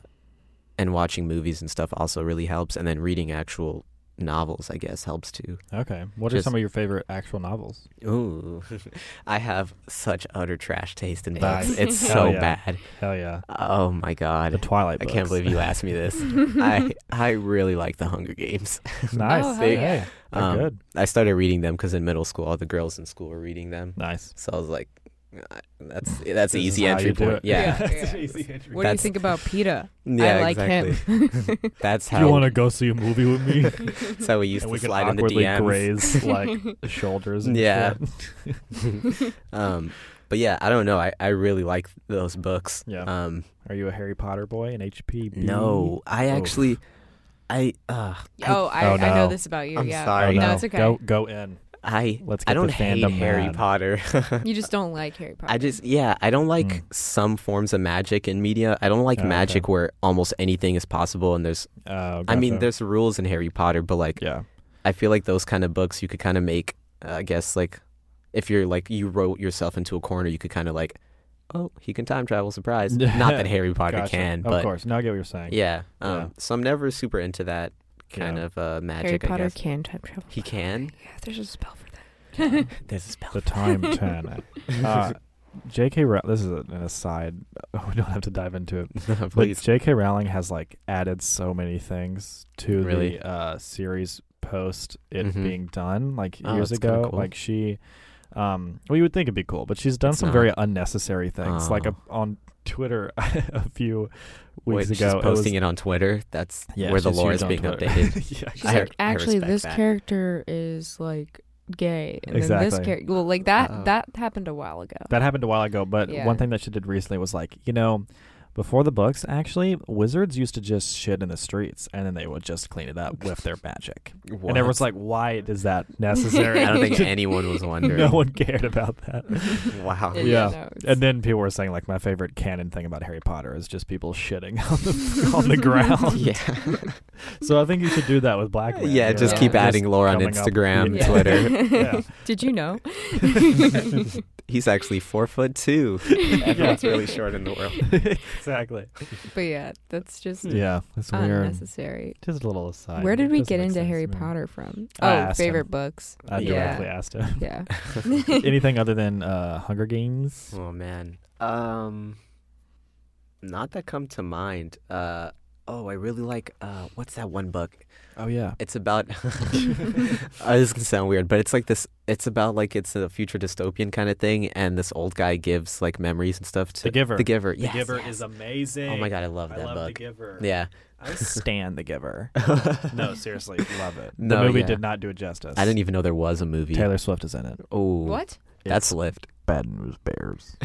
[SPEAKER 3] and watching movies and stuff also really helps and then reading actual novels, I guess, helps too.
[SPEAKER 1] Okay. What are
[SPEAKER 3] Just-
[SPEAKER 1] some of your favorite actual novels?
[SPEAKER 3] Ooh. I have such utter trash taste in books.
[SPEAKER 1] Nice.
[SPEAKER 3] It's
[SPEAKER 1] Hell
[SPEAKER 3] so
[SPEAKER 1] yeah.
[SPEAKER 3] bad.
[SPEAKER 1] Hell yeah.
[SPEAKER 3] Oh my
[SPEAKER 1] The
[SPEAKER 3] god.
[SPEAKER 1] Twilight
[SPEAKER 3] I
[SPEAKER 1] books.
[SPEAKER 3] can't believe you asked me this. I I really like The Hunger Games.
[SPEAKER 1] Nice.
[SPEAKER 2] Oh, hell
[SPEAKER 1] Hey,
[SPEAKER 2] yeah.
[SPEAKER 1] they're
[SPEAKER 3] Um,
[SPEAKER 1] good.
[SPEAKER 3] I started reading them cuz in middle school all the girls in school were reading them.
[SPEAKER 1] Nice.
[SPEAKER 3] So I was like, "Uh, that's that's an
[SPEAKER 1] This is
[SPEAKER 3] easy
[SPEAKER 1] how
[SPEAKER 3] entry
[SPEAKER 1] you do
[SPEAKER 3] point.
[SPEAKER 1] it.
[SPEAKER 3] Yeah,
[SPEAKER 2] Yeah.
[SPEAKER 1] It's an easy entry.
[SPEAKER 2] What do you
[SPEAKER 3] That's-
[SPEAKER 2] think about PETA?
[SPEAKER 3] yeah,
[SPEAKER 2] I like
[SPEAKER 3] exactly.
[SPEAKER 2] him.
[SPEAKER 3] That's
[SPEAKER 1] Do
[SPEAKER 3] how
[SPEAKER 1] you want to go see a movie with me?
[SPEAKER 3] so we used
[SPEAKER 1] and
[SPEAKER 3] to
[SPEAKER 1] we can
[SPEAKER 3] slide in the
[SPEAKER 1] awkwardly
[SPEAKER 3] DMs.
[SPEAKER 1] graze like shoulders. And
[SPEAKER 3] Yeah.
[SPEAKER 1] shit.
[SPEAKER 3] um, but yeah, I don't know. I, I really like those books.
[SPEAKER 1] Yeah.
[SPEAKER 3] Um,
[SPEAKER 1] Are you a Harry Potter boy? An HP?
[SPEAKER 3] no, I
[SPEAKER 1] Oof.
[SPEAKER 3] actually, I uh,
[SPEAKER 2] oh, I,
[SPEAKER 1] Oh,
[SPEAKER 2] I
[SPEAKER 1] no.
[SPEAKER 2] know this about you.
[SPEAKER 3] I'm
[SPEAKER 2] yeah.
[SPEAKER 1] Oh,
[SPEAKER 3] sorry.
[SPEAKER 1] no.
[SPEAKER 2] no. it's okay.
[SPEAKER 1] Go go in.
[SPEAKER 3] I
[SPEAKER 1] Let's get
[SPEAKER 3] I don't
[SPEAKER 1] the
[SPEAKER 3] hate
[SPEAKER 1] fandom
[SPEAKER 3] Harry
[SPEAKER 1] mad.
[SPEAKER 3] Potter.
[SPEAKER 2] You just don't like Harry Potter.
[SPEAKER 3] I just yeah, I don't like
[SPEAKER 1] Mm.
[SPEAKER 3] some forms of magic in media. I don't like
[SPEAKER 1] Oh, okay.
[SPEAKER 3] magic where almost anything is possible and there's
[SPEAKER 1] Oh,
[SPEAKER 3] I mean
[SPEAKER 1] gotcha.
[SPEAKER 3] there's rules in Harry Potter, but like
[SPEAKER 1] yeah.
[SPEAKER 3] I feel like those kind of books you could kind of make, uh, I guess, like if you're like you wrote yourself into a corner, you could kind of like, oh, he can time travel, surprise. Not that Harry Potter
[SPEAKER 1] Gotcha.
[SPEAKER 3] can,
[SPEAKER 1] of
[SPEAKER 3] but
[SPEAKER 1] course. Now I get what you're saying.
[SPEAKER 3] yeah. Um,
[SPEAKER 1] Yeah.
[SPEAKER 3] So I'm never super into that kind
[SPEAKER 1] Yeah.
[SPEAKER 3] of uh, magic.
[SPEAKER 2] Harry
[SPEAKER 3] I
[SPEAKER 2] Potter
[SPEAKER 3] guess.
[SPEAKER 2] can time travel.
[SPEAKER 3] He can. Um,
[SPEAKER 2] Yeah, there's a spell for that.
[SPEAKER 3] There's a spell.
[SPEAKER 1] The time turner. Uh, J.K. Row- this is an aside. We don't have to dive into it.
[SPEAKER 3] Please.
[SPEAKER 1] But J.K. Rowling has like added so many things to
[SPEAKER 3] Really?
[SPEAKER 1] the uh, series post it
[SPEAKER 3] Mhm.
[SPEAKER 1] being done, like
[SPEAKER 3] Oh,
[SPEAKER 1] years
[SPEAKER 3] that's kinda
[SPEAKER 1] ago.
[SPEAKER 3] cool.
[SPEAKER 1] Like she, Um, well, you would think it'd be cool, but she's done
[SPEAKER 3] It's
[SPEAKER 1] some
[SPEAKER 3] not.
[SPEAKER 1] very unnecessary things. Like a,
[SPEAKER 3] Oh.
[SPEAKER 1] on Twitter a few weeks
[SPEAKER 3] Wait,
[SPEAKER 1] ago,
[SPEAKER 3] she's
[SPEAKER 1] it
[SPEAKER 3] posting
[SPEAKER 1] was-
[SPEAKER 3] it, on Twitter. That's
[SPEAKER 1] Yeah,
[SPEAKER 3] where the
[SPEAKER 1] she's
[SPEAKER 3] lore
[SPEAKER 1] huge
[SPEAKER 3] is
[SPEAKER 1] on
[SPEAKER 3] being
[SPEAKER 1] Twitter.
[SPEAKER 3] updated.
[SPEAKER 1] yeah,
[SPEAKER 2] She's
[SPEAKER 3] I-
[SPEAKER 2] like,
[SPEAKER 3] I
[SPEAKER 2] actually,
[SPEAKER 3] respect
[SPEAKER 2] this
[SPEAKER 3] that.
[SPEAKER 2] character is like gay, and then this
[SPEAKER 1] Exactly.
[SPEAKER 2] character, well, like that.
[SPEAKER 3] Uh-oh.
[SPEAKER 2] that happened a while ago.
[SPEAKER 1] That happened a while ago, but
[SPEAKER 2] Yeah.
[SPEAKER 1] one thing that she did recently was like, you know, before the books, actually, wizards used to just shit in the streets and then they would just clean it up with their magic.
[SPEAKER 3] What?
[SPEAKER 1] And everyone's like, why is that necessary?
[SPEAKER 3] I don't think
[SPEAKER 1] To-
[SPEAKER 3] anyone was wondering.
[SPEAKER 1] no one cared about that.
[SPEAKER 2] Oh,
[SPEAKER 3] Wow.
[SPEAKER 1] Yeah.
[SPEAKER 2] no, it's-
[SPEAKER 1] And then people were saying like my favorite canon thing about Harry Potter is just people shitting on the on the ground.
[SPEAKER 3] Yeah.
[SPEAKER 1] So I think you should do that with Black Man.
[SPEAKER 3] Yeah,
[SPEAKER 1] you
[SPEAKER 3] just
[SPEAKER 1] know?
[SPEAKER 3] keep adding lore on
[SPEAKER 1] coming up-
[SPEAKER 3] Instagram,
[SPEAKER 1] Yeah.
[SPEAKER 3] Twitter.
[SPEAKER 1] Yeah.
[SPEAKER 2] Did you know?
[SPEAKER 3] He's actually four foot two. Everyone's really short in the world.
[SPEAKER 1] exactly.
[SPEAKER 2] But yeah, that's just
[SPEAKER 1] Yeah, that's weird.
[SPEAKER 2] unnecessary.
[SPEAKER 1] Just a little aside.
[SPEAKER 2] Where
[SPEAKER 1] It
[SPEAKER 2] did we
[SPEAKER 1] doesn't
[SPEAKER 2] get
[SPEAKER 1] make
[SPEAKER 2] into
[SPEAKER 1] sense
[SPEAKER 2] Harry
[SPEAKER 1] to me.
[SPEAKER 2] Potter from?
[SPEAKER 1] I
[SPEAKER 2] Oh,
[SPEAKER 1] asked him.
[SPEAKER 2] favorite books.
[SPEAKER 1] I
[SPEAKER 3] Yeah.
[SPEAKER 1] Uh, directly asked him.
[SPEAKER 2] Yeah.
[SPEAKER 1] Anything other than uh, Hunger Games?
[SPEAKER 3] Oh man. Um not that come to mind. Uh oh, I really like uh what's that one book?
[SPEAKER 1] Oh yeah.
[SPEAKER 3] It's about uh, this can sound weird, but it's like this it's about like it's a future dystopian kind of thing and this old guy gives like memories and stuff to
[SPEAKER 1] The Giver.
[SPEAKER 3] The Giver. Yes,
[SPEAKER 1] the Giver
[SPEAKER 3] yes.
[SPEAKER 1] is amazing.
[SPEAKER 3] Oh my god, I love
[SPEAKER 1] I
[SPEAKER 3] that
[SPEAKER 1] love The
[SPEAKER 3] book.
[SPEAKER 1] Giver.
[SPEAKER 3] yeah.
[SPEAKER 1] I stand The Giver. No, seriously, love it.
[SPEAKER 3] No,
[SPEAKER 1] the movie
[SPEAKER 3] yeah.
[SPEAKER 1] did not do it justice.
[SPEAKER 3] I didn't even know there was a movie.
[SPEAKER 1] Taylor Swift is in it.
[SPEAKER 3] Oh.
[SPEAKER 2] What?
[SPEAKER 3] That's
[SPEAKER 1] It's
[SPEAKER 3] lift.
[SPEAKER 1] Bad News Bears.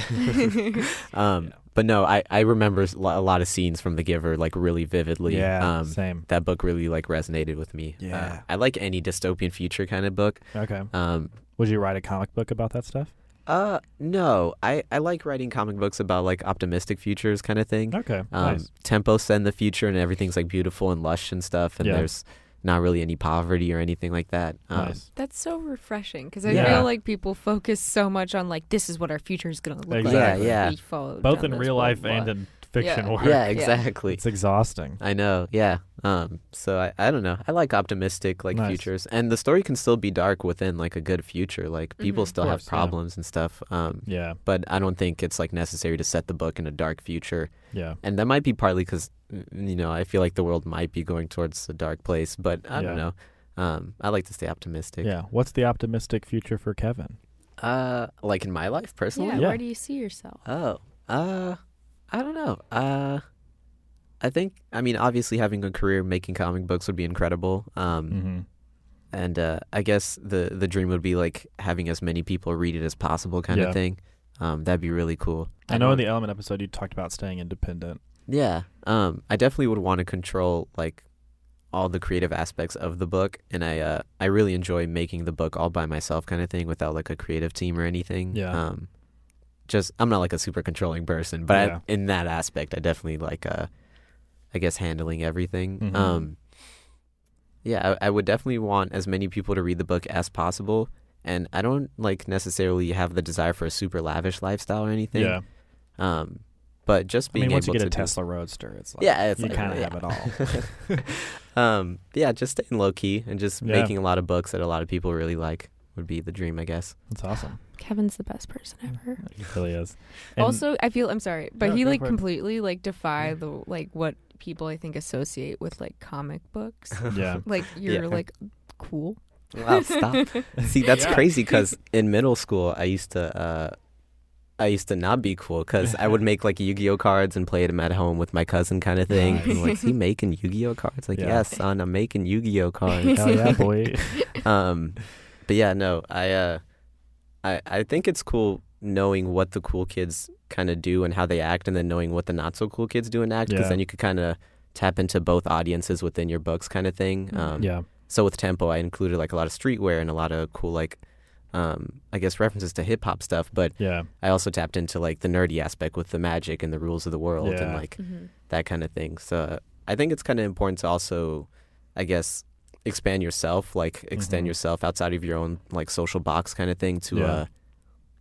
[SPEAKER 3] Um
[SPEAKER 1] Yeah.
[SPEAKER 3] but no, I I remember s- lo- a lot of scenes from The Giver like really vividly.
[SPEAKER 1] Yeah,
[SPEAKER 3] Um
[SPEAKER 1] same.
[SPEAKER 3] that book really like resonated with me. Uh,
[SPEAKER 1] Yeah.
[SPEAKER 3] I like any dystopian future kind of book.
[SPEAKER 1] Okay.
[SPEAKER 3] Um,
[SPEAKER 1] Would you write a comic book about that stuff?
[SPEAKER 3] uh, no, I, I like writing comic books about like optimistic futures kind of thing.
[SPEAKER 1] Okay.
[SPEAKER 3] Um,
[SPEAKER 1] nice.
[SPEAKER 3] Tempo set in the future and everything's like beautiful and lush and stuff, and
[SPEAKER 1] Yeah.
[SPEAKER 3] there's not really any poverty or anything like that. Um,
[SPEAKER 1] nice.
[SPEAKER 2] That's so refreshing because I
[SPEAKER 1] Yeah.
[SPEAKER 2] feel like people focus so much on like this is what our future is going to look
[SPEAKER 1] Exactly.
[SPEAKER 2] like.
[SPEAKER 3] Yeah, yeah.
[SPEAKER 2] We follow
[SPEAKER 1] Both
[SPEAKER 2] down
[SPEAKER 1] in
[SPEAKER 2] this
[SPEAKER 1] real
[SPEAKER 2] blah,
[SPEAKER 1] life
[SPEAKER 2] blah.
[SPEAKER 1] and in fiction
[SPEAKER 2] Yeah.
[SPEAKER 1] work.
[SPEAKER 3] Yeah, exactly.
[SPEAKER 1] It's exhausting.
[SPEAKER 3] I know. Yeah. Um, so I, I don't know. I like optimistic like
[SPEAKER 1] Nice.
[SPEAKER 3] futures, and the story can still be dark within like a good future. Like people
[SPEAKER 2] Mhm.
[SPEAKER 3] still
[SPEAKER 1] Mm-hmm. Of
[SPEAKER 3] have
[SPEAKER 1] course, yeah.
[SPEAKER 3] problems and stuff. Um,
[SPEAKER 1] Yeah.
[SPEAKER 3] but I don't think it's like necessary to set the book in a dark future.
[SPEAKER 1] Yeah.
[SPEAKER 3] and that might be partly because you know I feel like the world might be going towards a dark place, but I don't
[SPEAKER 1] Yeah.
[SPEAKER 3] know. Um, I like to stay optimistic.
[SPEAKER 1] Yeah. What's the optimistic future for Kevin?
[SPEAKER 3] Uh, like in my life personally.
[SPEAKER 2] Yeah,
[SPEAKER 1] Yeah.
[SPEAKER 2] Where do you see yourself?
[SPEAKER 3] Oh. Uh, I don't know. Uh, I think I mean obviously having a career making comic books would be incredible. Um,
[SPEAKER 1] Mm-hmm.
[SPEAKER 3] and uh, I guess the the dream would be like having as many people read it as possible, kind
[SPEAKER 1] Yeah.
[SPEAKER 3] of thing. Um, that'd be really cool.
[SPEAKER 1] I know in the
[SPEAKER 3] don't-
[SPEAKER 1] Element episode you talked about staying independent.
[SPEAKER 3] Yeah. Um I definitely would want to control like all the creative aspects of the book and I uh I really enjoy making the book all by myself kind of thing without like a creative team or anything.
[SPEAKER 1] Yeah.
[SPEAKER 3] Um just I'm not like a super controlling person, but I-
[SPEAKER 1] Yeah.
[SPEAKER 3] in that aspect I definitely like uh I guess handling everything.
[SPEAKER 1] Mhm.
[SPEAKER 3] Um Yeah, I, I would definitely want as many people to read the book as possible. And I don't like necessarily have the desire for a super lavish lifestyle or anything.
[SPEAKER 1] Yeah.
[SPEAKER 3] Um, but just
[SPEAKER 1] I
[SPEAKER 3] being
[SPEAKER 1] mean, once you
[SPEAKER 3] able
[SPEAKER 1] get a
[SPEAKER 3] to do-
[SPEAKER 1] Tesla Roadster, it's like
[SPEAKER 3] yeah, it's
[SPEAKER 1] you
[SPEAKER 3] like,
[SPEAKER 1] kind of
[SPEAKER 3] yeah.
[SPEAKER 1] have it all.
[SPEAKER 3] um, yeah, just staying low key and just
[SPEAKER 1] Yeah.
[SPEAKER 3] making a lot of books that a lot of people really like would be the dream, I guess.
[SPEAKER 1] It's awesome.
[SPEAKER 2] Kevin's the best person ever.
[SPEAKER 1] It really is. And-
[SPEAKER 2] also, I feel I'm sorry, but
[SPEAKER 1] No,
[SPEAKER 2] he
[SPEAKER 1] go
[SPEAKER 2] like
[SPEAKER 1] for it.
[SPEAKER 2] completely like defy the like what people I think associate with like comic books.
[SPEAKER 1] yeah.
[SPEAKER 2] like you're
[SPEAKER 3] Yeah.
[SPEAKER 2] like cool.
[SPEAKER 3] Wow, stop. See, that's
[SPEAKER 1] Yeah.
[SPEAKER 3] crazy because in middle school, I used to. Uh, I used to not be cool because I would make like Yu-Gi-Oh cards and play them at home with my cousin, kind of thing.
[SPEAKER 1] Nice.
[SPEAKER 3] And like, is he making Yu-Gi-Oh cards? Like,
[SPEAKER 1] Yeah.
[SPEAKER 3] yes, son, I'm making Yu-Gi-Oh cards.
[SPEAKER 1] Hell yeah, boy.
[SPEAKER 3] um but yeah no i uh i i think it's cool knowing what the cool kids kind of do and how they act and then knowing what the not so cool kids do and act because
[SPEAKER 1] Yeah.
[SPEAKER 3] then you could kind of tap into both audiences within your books kind of thing
[SPEAKER 2] Mhm.
[SPEAKER 3] um
[SPEAKER 1] Mm, Yeah.
[SPEAKER 3] so with tempo i included like a lot of streetwear and a lot of cool like um i guess references to hip hop stuff but
[SPEAKER 1] Yeah.
[SPEAKER 3] i also tapped into like the nerdy aspect with the magic and the rules of the world and
[SPEAKER 1] Yeah.
[SPEAKER 3] like
[SPEAKER 2] Mm-hmm.
[SPEAKER 3] that kind of thing. So uh, I think it's kind of important to also, I guess, expand yourself, like extend
[SPEAKER 1] Mhm.
[SPEAKER 3] yourself outside of your own like social box kind of thing. To
[SPEAKER 1] Yeah.
[SPEAKER 3] uh,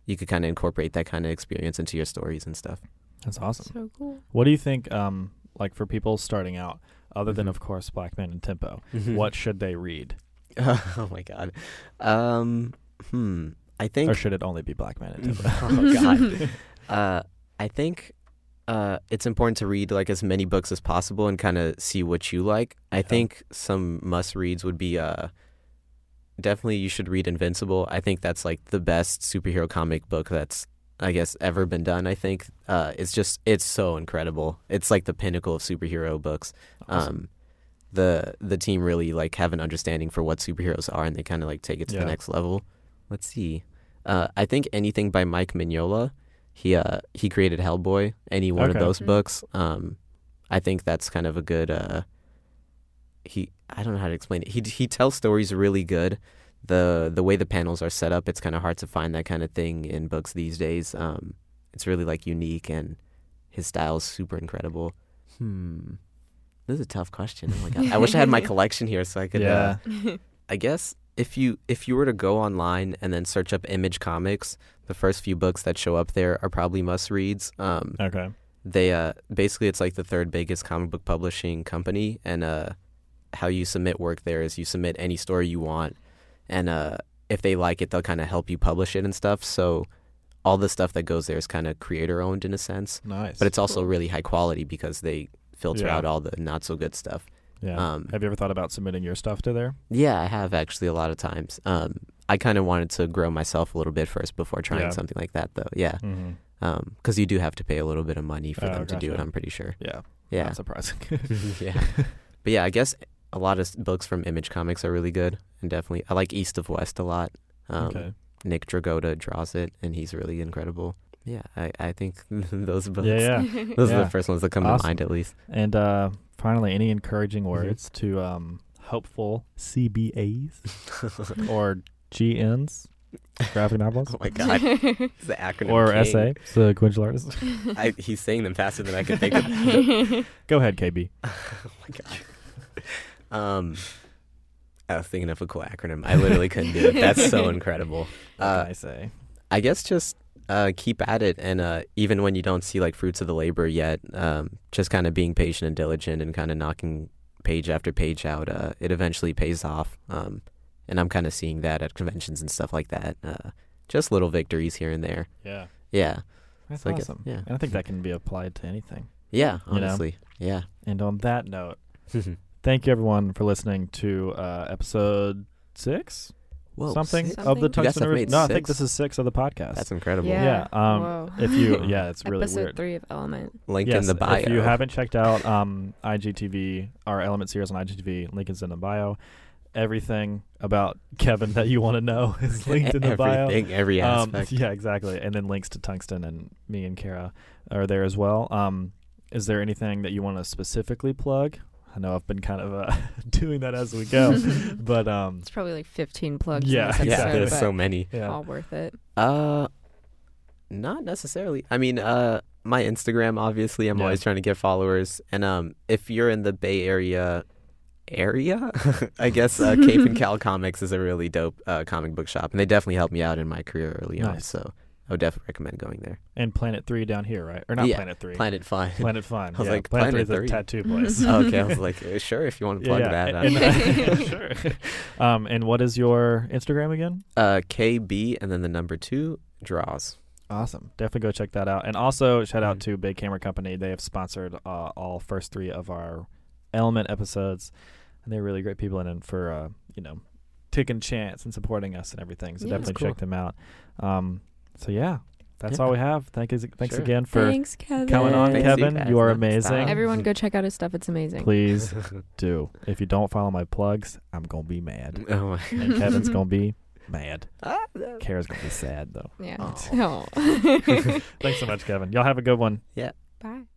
[SPEAKER 3] you could kind of incorporate that kind of experience into your stories and stuff.
[SPEAKER 1] That's awesome.
[SPEAKER 2] So cool.
[SPEAKER 1] What do you think, um, like for people starting out, other than
[SPEAKER 3] Mhm.
[SPEAKER 1] of course Black Man and Tempo,
[SPEAKER 3] Mm-hmm.
[SPEAKER 1] what should they read,
[SPEAKER 3] oh my god. Um. Hmm. I think.
[SPEAKER 1] or should it only be Black Man and Tempo?
[SPEAKER 3] oh god. uh, I think. Uh, it's important to read like as many books as possible and kind of see what you like. I
[SPEAKER 1] Yeah.
[SPEAKER 3] think some must reads would be uh, definitely you should read Invincible. I think that's like the best superhero comic book that's I guess ever been done. I think uh, it's just it's so incredible. It's like the pinnacle of superhero books. Um, the the team really like have an understanding for what superheroes are, and they kind of like take it to
[SPEAKER 1] Yeah.
[SPEAKER 3] the next level. Let's see. Uh, I think anything by Mike Mignola. He uh, he created Hellboy. Any one
[SPEAKER 1] Okay.
[SPEAKER 3] of those
[SPEAKER 2] Mhm.
[SPEAKER 3] books. Um, I think that's kind of a good. Uh, he I don't know how to explain it. He he tells stories really good. The the way the panels are set up, it's kind of hard to find that kind of thing in books these days. Um, it's really like unique, and his style's super incredible. Hmm, this is a tough question. Oh my god, I wish I had my collection here so I could. Uh,
[SPEAKER 1] yeah.
[SPEAKER 3] I guess if you if you were to go online and then search up Image Comics, the first few books that show up there are probably must reads. Um,
[SPEAKER 1] okay.
[SPEAKER 3] they uh basically it's like the third biggest comic book publishing company and uh how you submit work there is you submit any story you want and uh if they like it they'll kind of help you publish it and stuff so all the stuff that goes there is kind of creator owned in a sense
[SPEAKER 1] Nice.
[SPEAKER 3] but it's also
[SPEAKER 2] Cool.
[SPEAKER 3] really high quality because they filter
[SPEAKER 1] Yeah.
[SPEAKER 3] out all the not so good stuff
[SPEAKER 1] yeah.
[SPEAKER 3] um
[SPEAKER 1] Have you ever thought about submitting your stuff to there?
[SPEAKER 3] yeah i have actually a lot of times um i kind of wanted to grow myself a little bit first before trying
[SPEAKER 1] Yeah.
[SPEAKER 3] something like that though yeah
[SPEAKER 1] Mm-hmm.
[SPEAKER 3] Um 'cause because you do have to pay a little bit of money for
[SPEAKER 1] Oh,
[SPEAKER 3] them to do it
[SPEAKER 1] gotcha.
[SPEAKER 3] i'm pretty sure
[SPEAKER 1] Yeah.
[SPEAKER 3] yeah Mm-hmm.
[SPEAKER 1] Not surprising.
[SPEAKER 3] yeah. But yeah, I guess a lot of s- books from Image Comics are really good, and definitely I like East of West a lot. Um,
[SPEAKER 1] okay.
[SPEAKER 3] Nick Dragotta draws it, and he's really incredible. Yeah, I, I think those books.
[SPEAKER 1] Yeah. Yeah.
[SPEAKER 3] Those are
[SPEAKER 1] Yeah.
[SPEAKER 3] the first ones that come to
[SPEAKER 1] Awesome.
[SPEAKER 3] mind, at least.
[SPEAKER 1] And uh, finally, any encouraging
[SPEAKER 3] mm-hmm.
[SPEAKER 1] words to um, hopeful CBAs or GNs, graphic novels,
[SPEAKER 3] Oh my god, it's the acronym.
[SPEAKER 1] or
[SPEAKER 3] king.
[SPEAKER 1] SA, sequential artists.
[SPEAKER 3] I, he's saying them faster than I can think of.
[SPEAKER 1] Go ahead, KB.
[SPEAKER 3] oh my god. Um, I was thinking of a cool acronym. I literally couldn't do it. That's so incredible. Uh,
[SPEAKER 1] I say.
[SPEAKER 3] I guess just uh, keep at it, and uh, even when you don't see like fruits of the labor yet, um, just kind of being patient and diligent, and kind of knocking page after page out, uh, it eventually pays off. Um, and I'm kind of seeing that at conventions and stuff like that. Uh, just little victories here and there.
[SPEAKER 1] Yeah.
[SPEAKER 3] Yeah,
[SPEAKER 1] That's
[SPEAKER 3] So I guess-
[SPEAKER 1] awesome.
[SPEAKER 3] yeah.
[SPEAKER 1] And I think that can be applied to anything.
[SPEAKER 3] yeah.
[SPEAKER 1] You know?
[SPEAKER 3] Honestly,
[SPEAKER 1] And on that note,
[SPEAKER 3] yeah.
[SPEAKER 1] thank you everyone for listening to uh, episode six,
[SPEAKER 3] Whoa,
[SPEAKER 1] something
[SPEAKER 3] sick.
[SPEAKER 2] six?
[SPEAKER 1] of the
[SPEAKER 2] You guys
[SPEAKER 1] tungsten.
[SPEAKER 3] have
[SPEAKER 1] Orig-
[SPEAKER 3] made
[SPEAKER 1] no, I think
[SPEAKER 3] six?
[SPEAKER 1] this is six of the podcast.
[SPEAKER 3] That's incredible.
[SPEAKER 1] Yeah. um,
[SPEAKER 2] Whoa.
[SPEAKER 1] if you, yeah, it's really
[SPEAKER 2] Episode
[SPEAKER 1] weird.
[SPEAKER 2] three of Element.
[SPEAKER 3] Link
[SPEAKER 1] yes,
[SPEAKER 3] in the bio.
[SPEAKER 1] If you haven't checked out um, IGTV, our Element series on IGTV, Lincoln's in the bio. Everything about Kevin that you want to know is linked in the bio.
[SPEAKER 3] everything, every
[SPEAKER 1] Um,
[SPEAKER 3] aspect.
[SPEAKER 1] yeah, exactly. And then links to Tungsten and me and Kara are there as well. Um, is there anything that you want to specifically plug? I know I've been kind of uh, doing that as we go, but um,
[SPEAKER 2] It's probably like 15 plugs.
[SPEAKER 1] Yeah,
[SPEAKER 2] Yeah, in this
[SPEAKER 3] yeah,
[SPEAKER 1] exactly.
[SPEAKER 2] episode,
[SPEAKER 3] there's
[SPEAKER 2] but
[SPEAKER 3] so many.
[SPEAKER 1] yeah,
[SPEAKER 2] all worth it.
[SPEAKER 3] Uh, not necessarily. I mean, uh, my Instagram, obviously, I'm
[SPEAKER 1] Yeah.
[SPEAKER 3] always trying to get followers. And um, if you're in the Bay Area, area, I guess uh, Cape and Cal Comics is a really dope uh, comic book shop, and they definitely helped me out in my career early on.
[SPEAKER 1] Nice.
[SPEAKER 3] So I would definitely recommend going there.
[SPEAKER 1] and Planet Three down here, right? Or not
[SPEAKER 3] Yeah,
[SPEAKER 1] Planet Three,
[SPEAKER 3] Planet Fine.
[SPEAKER 1] Planet Fine.
[SPEAKER 3] I was
[SPEAKER 1] yeah,
[SPEAKER 3] like,
[SPEAKER 1] Planet,
[SPEAKER 3] Planet
[SPEAKER 1] Three, is a
[SPEAKER 3] 3.
[SPEAKER 1] tattoo place.
[SPEAKER 3] okay, I was like, uh, sure, if you want to plug that.
[SPEAKER 1] a-
[SPEAKER 3] uh,
[SPEAKER 1] and-
[SPEAKER 2] out.
[SPEAKER 1] sure. Um, and what is your Instagram again?
[SPEAKER 3] uh, KB and then the number two draws.
[SPEAKER 1] Awesome. Definitely go check that out. And also shout out to Big Camera Company. They have sponsored uh, all first three of our Element episodes, and they're really great people. And, then for uh, you know, taking chance and supporting us and everything. So
[SPEAKER 2] Yeah.
[SPEAKER 1] definitely
[SPEAKER 3] That's cool.
[SPEAKER 1] check them out. Um, so yeah, that's
[SPEAKER 3] Yeah.
[SPEAKER 1] all we have. Thank you. Thanks
[SPEAKER 3] Sure.
[SPEAKER 1] again for
[SPEAKER 2] Thanks, Kevin.
[SPEAKER 1] coming on,
[SPEAKER 3] Thanks, you
[SPEAKER 1] Kevin.
[SPEAKER 3] guys.
[SPEAKER 1] you are
[SPEAKER 3] No,
[SPEAKER 1] amazing.
[SPEAKER 3] stop.
[SPEAKER 2] Everyone, go check out his stuff. It's amazing.
[SPEAKER 1] Please do. If you don't follow my plugs, I'm gonna be mad.
[SPEAKER 3] oh my.
[SPEAKER 1] And Kevin's gonna be mad.
[SPEAKER 3] Ah,
[SPEAKER 1] Kara's gonna be sad though.
[SPEAKER 2] Yeah.
[SPEAKER 3] Aw.
[SPEAKER 2] Oh.
[SPEAKER 1] Thanks so much, Kevin. Y'all have a good one.
[SPEAKER 2] Bye.